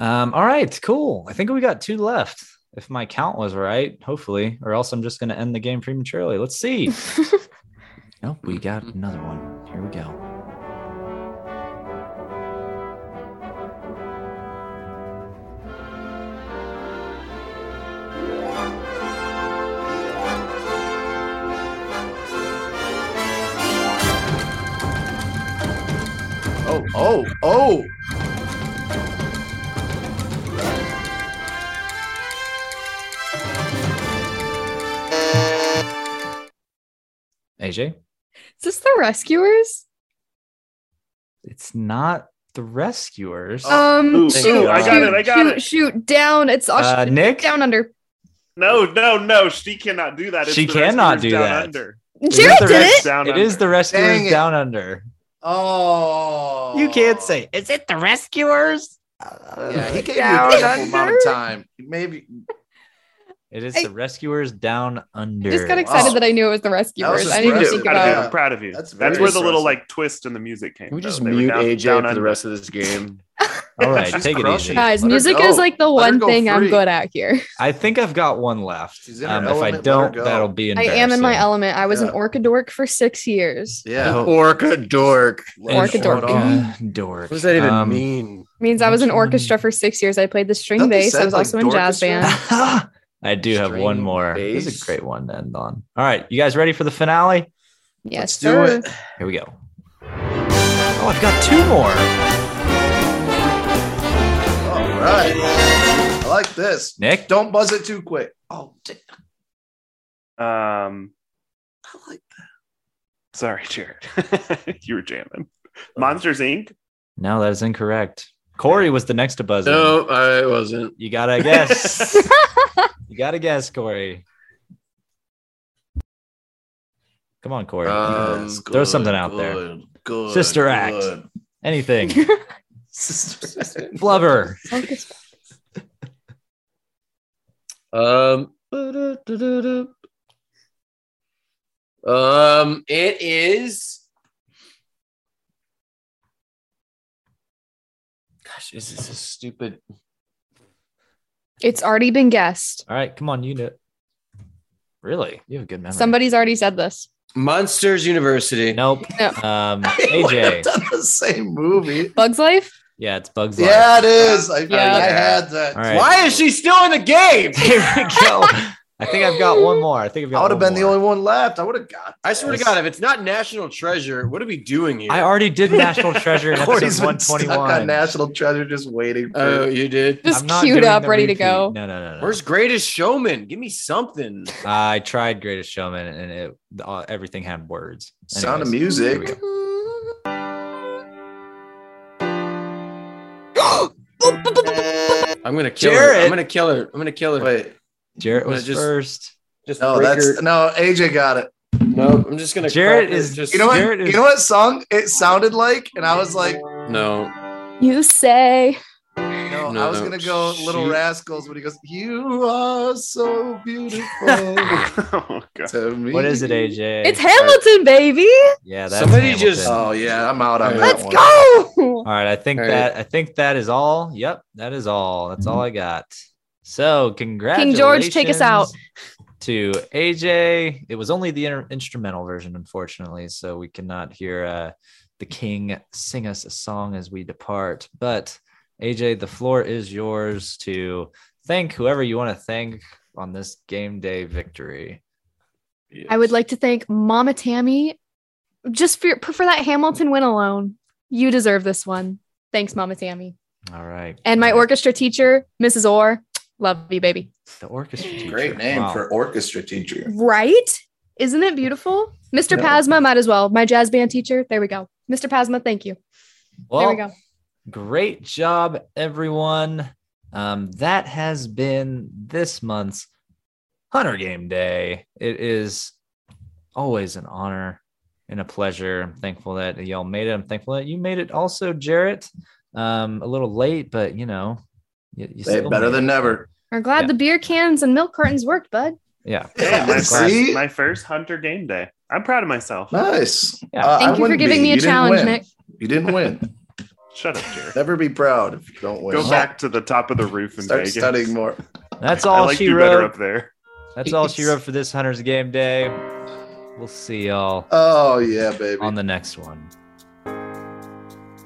[SPEAKER 2] Um, all right, cool. I think we got two left, if my count was right, hopefully, or else I'm just going to end the game prematurely. Let's see. nope, we got another one. Here we go.
[SPEAKER 6] Oh, oh, oh.
[SPEAKER 2] AJ,
[SPEAKER 3] Is this the Rescuers?
[SPEAKER 2] it's not the rescuers.
[SPEAKER 3] Um,
[SPEAKER 4] Ooh,
[SPEAKER 3] shoot,
[SPEAKER 5] ooh, I got
[SPEAKER 3] shoot,
[SPEAKER 4] it, I got
[SPEAKER 3] shoot,
[SPEAKER 4] it.
[SPEAKER 3] shoot, down. It's
[SPEAKER 2] Uh,
[SPEAKER 3] Australia.
[SPEAKER 2] Nick?
[SPEAKER 3] oh, down under.
[SPEAKER 4] No, no, no. She cannot do that.
[SPEAKER 2] She
[SPEAKER 4] the
[SPEAKER 2] cannot
[SPEAKER 4] Rescuers
[SPEAKER 2] do
[SPEAKER 4] Down
[SPEAKER 2] that.
[SPEAKER 4] Under.
[SPEAKER 3] Jared
[SPEAKER 2] the
[SPEAKER 3] did
[SPEAKER 2] Res-
[SPEAKER 3] it.
[SPEAKER 4] Down
[SPEAKER 2] It is
[SPEAKER 4] Under.
[SPEAKER 2] the rescuers
[SPEAKER 6] Dang it.
[SPEAKER 2] down under.
[SPEAKER 6] Oh.
[SPEAKER 2] You can't say, is it the rescuers?
[SPEAKER 6] Yeah, he gave
[SPEAKER 2] Down
[SPEAKER 6] you a terrible amount
[SPEAKER 2] under?
[SPEAKER 6] of time. Maybe
[SPEAKER 2] It is
[SPEAKER 3] I-
[SPEAKER 2] the rescuers down under.
[SPEAKER 3] I just got excited
[SPEAKER 6] Wow.
[SPEAKER 3] that I knew it was the Rescuers.
[SPEAKER 6] was
[SPEAKER 3] I didn't
[SPEAKER 4] Proud
[SPEAKER 6] impressive.
[SPEAKER 3] think
[SPEAKER 4] of you.
[SPEAKER 3] about.
[SPEAKER 4] I'm proud of you.
[SPEAKER 6] That's
[SPEAKER 4] That's,
[SPEAKER 6] very
[SPEAKER 4] where the little
[SPEAKER 6] impressive.
[SPEAKER 4] like twist in the music came.
[SPEAKER 5] Can we
[SPEAKER 4] though.
[SPEAKER 5] just
[SPEAKER 4] They were
[SPEAKER 5] mute
[SPEAKER 4] down-
[SPEAKER 5] AJ
[SPEAKER 4] down
[SPEAKER 5] for the
[SPEAKER 4] under.
[SPEAKER 5] rest of this game?
[SPEAKER 2] All right,
[SPEAKER 6] She's
[SPEAKER 2] take it
[SPEAKER 6] crushing
[SPEAKER 2] easy.
[SPEAKER 6] it.
[SPEAKER 3] Guys,
[SPEAKER 6] Let her
[SPEAKER 3] music
[SPEAKER 6] go.
[SPEAKER 3] is like the
[SPEAKER 6] Let her
[SPEAKER 3] one
[SPEAKER 6] go
[SPEAKER 3] thing I'm
[SPEAKER 6] free.
[SPEAKER 3] good at here.
[SPEAKER 2] I think I've got one left.
[SPEAKER 6] She's in her
[SPEAKER 2] Um, if I
[SPEAKER 6] element, let her
[SPEAKER 2] don't,
[SPEAKER 6] go.
[SPEAKER 2] that'll be
[SPEAKER 3] I
[SPEAKER 2] embarrassing.
[SPEAKER 3] am in my element. I was
[SPEAKER 6] Yeah.
[SPEAKER 3] an orca dork for six years.
[SPEAKER 6] Yeah.
[SPEAKER 5] Orca dork.
[SPEAKER 6] Let
[SPEAKER 3] Orca
[SPEAKER 6] her go
[SPEAKER 3] dork.
[SPEAKER 6] at all.
[SPEAKER 2] Uh, Oh, dork.
[SPEAKER 5] What does that even
[SPEAKER 2] Um,
[SPEAKER 5] mean?
[SPEAKER 3] means I was
[SPEAKER 2] Which
[SPEAKER 3] in
[SPEAKER 2] one?
[SPEAKER 3] orchestra for six years. I played the string
[SPEAKER 6] Nothing
[SPEAKER 3] bass. I
[SPEAKER 6] said,
[SPEAKER 3] was
[SPEAKER 6] like,
[SPEAKER 3] also in jazz
[SPEAKER 6] dorchestra.
[SPEAKER 3] band.
[SPEAKER 2] I do have one
[SPEAKER 5] String
[SPEAKER 2] more. This is a
[SPEAKER 5] bass.
[SPEAKER 2] great one to end on. All right, you guys ready for the finale?
[SPEAKER 3] Yes,
[SPEAKER 6] Let's do
[SPEAKER 3] sir.
[SPEAKER 6] it.
[SPEAKER 2] Here we go. Oh, I've got two more.
[SPEAKER 6] All right. I like this.
[SPEAKER 2] Nick,
[SPEAKER 6] Don't buzz it too quick. Oh, d-
[SPEAKER 4] Um,
[SPEAKER 6] I like
[SPEAKER 4] sorry, Jared. you were jamming. Monsters Inc.
[SPEAKER 2] no, that is incorrect. Corey was the next to buzz. in.
[SPEAKER 5] No, I wasn't.
[SPEAKER 2] You gotta guess. you gotta guess, Corey. Come on, Corey.
[SPEAKER 5] Um,
[SPEAKER 6] Yes,
[SPEAKER 2] throw something out there.
[SPEAKER 6] good, Good.
[SPEAKER 2] Sister Act.
[SPEAKER 6] good.
[SPEAKER 2] Anything. Flubber.
[SPEAKER 3] Focus.
[SPEAKER 5] Um, um, it is. Gosh, is this a stupid?
[SPEAKER 3] It's already been guessed.
[SPEAKER 2] All right, come on, you knew it. Really? You have a good memory.
[SPEAKER 3] Somebody's already said this.
[SPEAKER 5] Monsters University.
[SPEAKER 2] Nope.
[SPEAKER 3] No.
[SPEAKER 2] Um,
[SPEAKER 6] They would have
[SPEAKER 2] AJ.
[SPEAKER 6] done the same movie.
[SPEAKER 3] Bugs Life?
[SPEAKER 2] Yeah, it's Bugs Life.
[SPEAKER 6] Yeah, it is. I,
[SPEAKER 3] Yeah.
[SPEAKER 6] I had that.
[SPEAKER 2] All right.
[SPEAKER 5] Uh, Why is she still in the game?
[SPEAKER 2] Here we go. I think I've got one more. I think I've got.
[SPEAKER 6] I would have
[SPEAKER 2] one
[SPEAKER 6] been the
[SPEAKER 2] more.
[SPEAKER 6] only one left. I would have got.
[SPEAKER 5] I swear to God, if it's not National Treasure, what are we doing here?
[SPEAKER 2] I already did National Treasure in episode
[SPEAKER 6] Cody's been stuck on
[SPEAKER 2] 121.
[SPEAKER 6] National Treasure, just waiting. For
[SPEAKER 5] Oh, you did.
[SPEAKER 3] Just
[SPEAKER 2] I'm not
[SPEAKER 3] queued
[SPEAKER 2] doing
[SPEAKER 3] up,
[SPEAKER 2] the
[SPEAKER 3] ready to
[SPEAKER 2] repeat.
[SPEAKER 3] go.
[SPEAKER 2] No, no, no, no.
[SPEAKER 5] Where's Greatest Showman? Give me something.
[SPEAKER 2] I tried Greatest Showman, and it all, everything had words.
[SPEAKER 6] Sound of
[SPEAKER 2] Anyways,
[SPEAKER 6] Music.
[SPEAKER 2] here we go.
[SPEAKER 6] Mm-hmm.
[SPEAKER 5] I'm gonna kill her.
[SPEAKER 2] Jared!
[SPEAKER 5] I'm gonna kill her. I'm gonna kill her.
[SPEAKER 6] Wait,
[SPEAKER 2] Jarrett
[SPEAKER 5] I'm gonna
[SPEAKER 2] was
[SPEAKER 5] just-
[SPEAKER 2] first.
[SPEAKER 5] Just
[SPEAKER 6] no,
[SPEAKER 5] break her-
[SPEAKER 6] that's no. AJ got it.
[SPEAKER 5] Nope, I'm just gonna.
[SPEAKER 2] Jared
[SPEAKER 5] crack her,
[SPEAKER 2] is-
[SPEAKER 5] just
[SPEAKER 6] You know what?
[SPEAKER 2] Jared is-
[SPEAKER 6] You know what song it sounded like, and I was like,
[SPEAKER 5] no.
[SPEAKER 3] You say.
[SPEAKER 6] no,
[SPEAKER 5] No,
[SPEAKER 6] I was
[SPEAKER 5] no.
[SPEAKER 6] gonna go Little
[SPEAKER 5] She-
[SPEAKER 6] Rascals, but he goes, "You are so beautiful
[SPEAKER 4] oh god.
[SPEAKER 6] to me."
[SPEAKER 2] What is it, AJ?
[SPEAKER 3] It's Hamilton, baby.
[SPEAKER 2] yeah, that's
[SPEAKER 5] Somebody
[SPEAKER 2] Hamilton.
[SPEAKER 5] just-
[SPEAKER 6] Oh yeah, I'm out on
[SPEAKER 5] Alright.
[SPEAKER 6] that
[SPEAKER 3] Let's
[SPEAKER 6] one.
[SPEAKER 3] go.
[SPEAKER 2] All right, I think
[SPEAKER 5] All right.
[SPEAKER 2] that I think that is all. Yep, that is all. That's
[SPEAKER 6] Mm-hmm.
[SPEAKER 2] all I got. So, congratulations,
[SPEAKER 3] George, take us out.
[SPEAKER 2] To AJ, it was only the inter- instrumental version, unfortunately, so we cannot hear uh, the King sing us a song as we depart. But AJ, the floor is yours to thank whoever you want to thank on this game day victory.
[SPEAKER 3] I would like to thank Mama Tammy just for, for that Hamilton win alone. You deserve this one. Thanks, Mama Tammy.
[SPEAKER 2] All right,
[SPEAKER 3] And my
[SPEAKER 2] All right.
[SPEAKER 3] orchestra teacher, Mrs. Orr. Love you, baby.
[SPEAKER 2] the orchestra teacher.
[SPEAKER 6] Great name
[SPEAKER 2] Wow.
[SPEAKER 6] for orchestra teacher.
[SPEAKER 3] Right? Isn't it beautiful? Mr.
[SPEAKER 6] No.
[SPEAKER 3] Pasma might as well. My jazz band teacher. There we go. Mr. Pasma, thank you. there
[SPEAKER 2] Well,
[SPEAKER 3] we go.
[SPEAKER 2] great job everyone um, that has been this month's hunter game day it is always an honor and a pleasure i'm thankful that y'all made it i'm thankful that you made it also jarrett um, a little late but you know you, you
[SPEAKER 6] Hey,
[SPEAKER 2] still
[SPEAKER 6] better
[SPEAKER 2] made it.
[SPEAKER 6] than ever.
[SPEAKER 3] We're glad
[SPEAKER 2] Yeah.
[SPEAKER 3] the beer cans and milk cartons worked, bud.
[SPEAKER 2] yeah
[SPEAKER 4] Hey, my,
[SPEAKER 6] See?
[SPEAKER 4] first, my first Hunter game day. I'm proud of myself.
[SPEAKER 6] Nice.
[SPEAKER 2] Yeah.
[SPEAKER 6] Uh, I
[SPEAKER 3] Thank you for
[SPEAKER 6] wouldn't
[SPEAKER 3] giving
[SPEAKER 6] be.
[SPEAKER 3] me a
[SPEAKER 6] You didn't
[SPEAKER 3] challenge,
[SPEAKER 6] win.
[SPEAKER 3] Nick.
[SPEAKER 6] You didn't win.
[SPEAKER 4] Shut up, Jared.
[SPEAKER 6] Never be proud if you don't win.
[SPEAKER 4] Go back to the top of the roof and
[SPEAKER 6] Start studying more.
[SPEAKER 2] that's
[SPEAKER 4] I
[SPEAKER 2] all
[SPEAKER 4] like
[SPEAKER 2] she
[SPEAKER 4] you better
[SPEAKER 2] wrote
[SPEAKER 4] up there.
[SPEAKER 2] that's all she
[SPEAKER 6] Jeez.
[SPEAKER 2] wrote for this hunter's game day we'll see y'all
[SPEAKER 6] Oh yeah, baby.
[SPEAKER 2] on the next one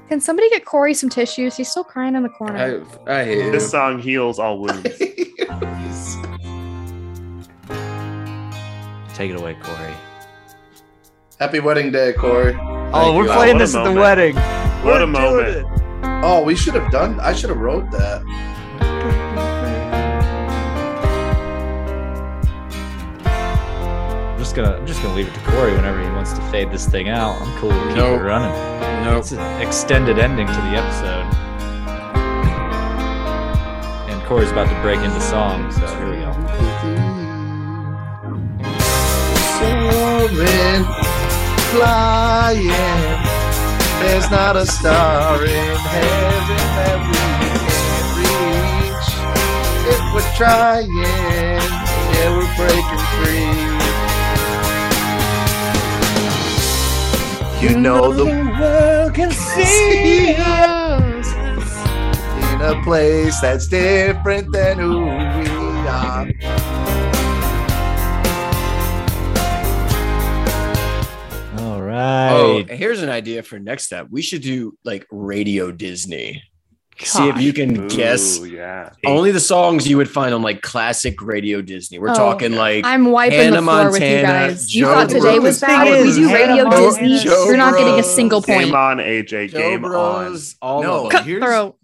[SPEAKER 3] Can somebody get Corey some tissues? He's still crying in the corner.
[SPEAKER 5] I, I hate
[SPEAKER 4] This
[SPEAKER 5] it.
[SPEAKER 4] song heals all wounds.
[SPEAKER 2] take it away corey
[SPEAKER 6] Happy wedding day, Corey.
[SPEAKER 2] oh we're
[SPEAKER 5] you.
[SPEAKER 2] playing
[SPEAKER 4] What a
[SPEAKER 2] this at the
[SPEAKER 4] moment.
[SPEAKER 2] wedding
[SPEAKER 4] What
[SPEAKER 2] We're
[SPEAKER 4] a
[SPEAKER 2] doing
[SPEAKER 4] moment.
[SPEAKER 2] it.
[SPEAKER 6] Oh, we should have done. I should have wrote that.
[SPEAKER 2] I'm just gonna I'm just gonna leave it to Corey whenever he wants to fade this thing out. I'm cool. Keep
[SPEAKER 5] Nope.
[SPEAKER 2] it running.
[SPEAKER 5] Nope.
[SPEAKER 2] It's an extended ending to the episode. And Corey's about to break into song, so here we go.
[SPEAKER 6] Soaring, flying. There's not a star in heaven that we can't reach. If we're trying, yeah, we're breaking free. You know the world can see us in a place that's different than who we are.
[SPEAKER 2] All right.
[SPEAKER 5] Oh, here's an idea for next step. We should do like Radio Disney. See if you can guess
[SPEAKER 4] Ooh, yeah.
[SPEAKER 5] only the songs you would find on like classic Radio Disney. We're
[SPEAKER 3] Oh.
[SPEAKER 5] talking like
[SPEAKER 3] I'm wiping
[SPEAKER 5] Hannah
[SPEAKER 3] the floor with you
[SPEAKER 5] Montana,
[SPEAKER 3] guys. you
[SPEAKER 5] Joe
[SPEAKER 3] thought today was
[SPEAKER 6] Bros.
[SPEAKER 3] bad.
[SPEAKER 6] Thing
[SPEAKER 3] If we
[SPEAKER 6] is,
[SPEAKER 3] do
[SPEAKER 6] Hannah
[SPEAKER 3] Radio
[SPEAKER 6] Mo-
[SPEAKER 3] Disney,
[SPEAKER 6] Joe
[SPEAKER 3] you're not getting a
[SPEAKER 6] Bros.
[SPEAKER 3] single
[SPEAKER 4] Game
[SPEAKER 3] point.
[SPEAKER 4] on, AJ.
[SPEAKER 5] Joe
[SPEAKER 4] game
[SPEAKER 5] Bros.
[SPEAKER 4] on.
[SPEAKER 5] All
[SPEAKER 6] No.
[SPEAKER 5] of them.
[SPEAKER 6] Here's-
[SPEAKER 3] Cutthroat.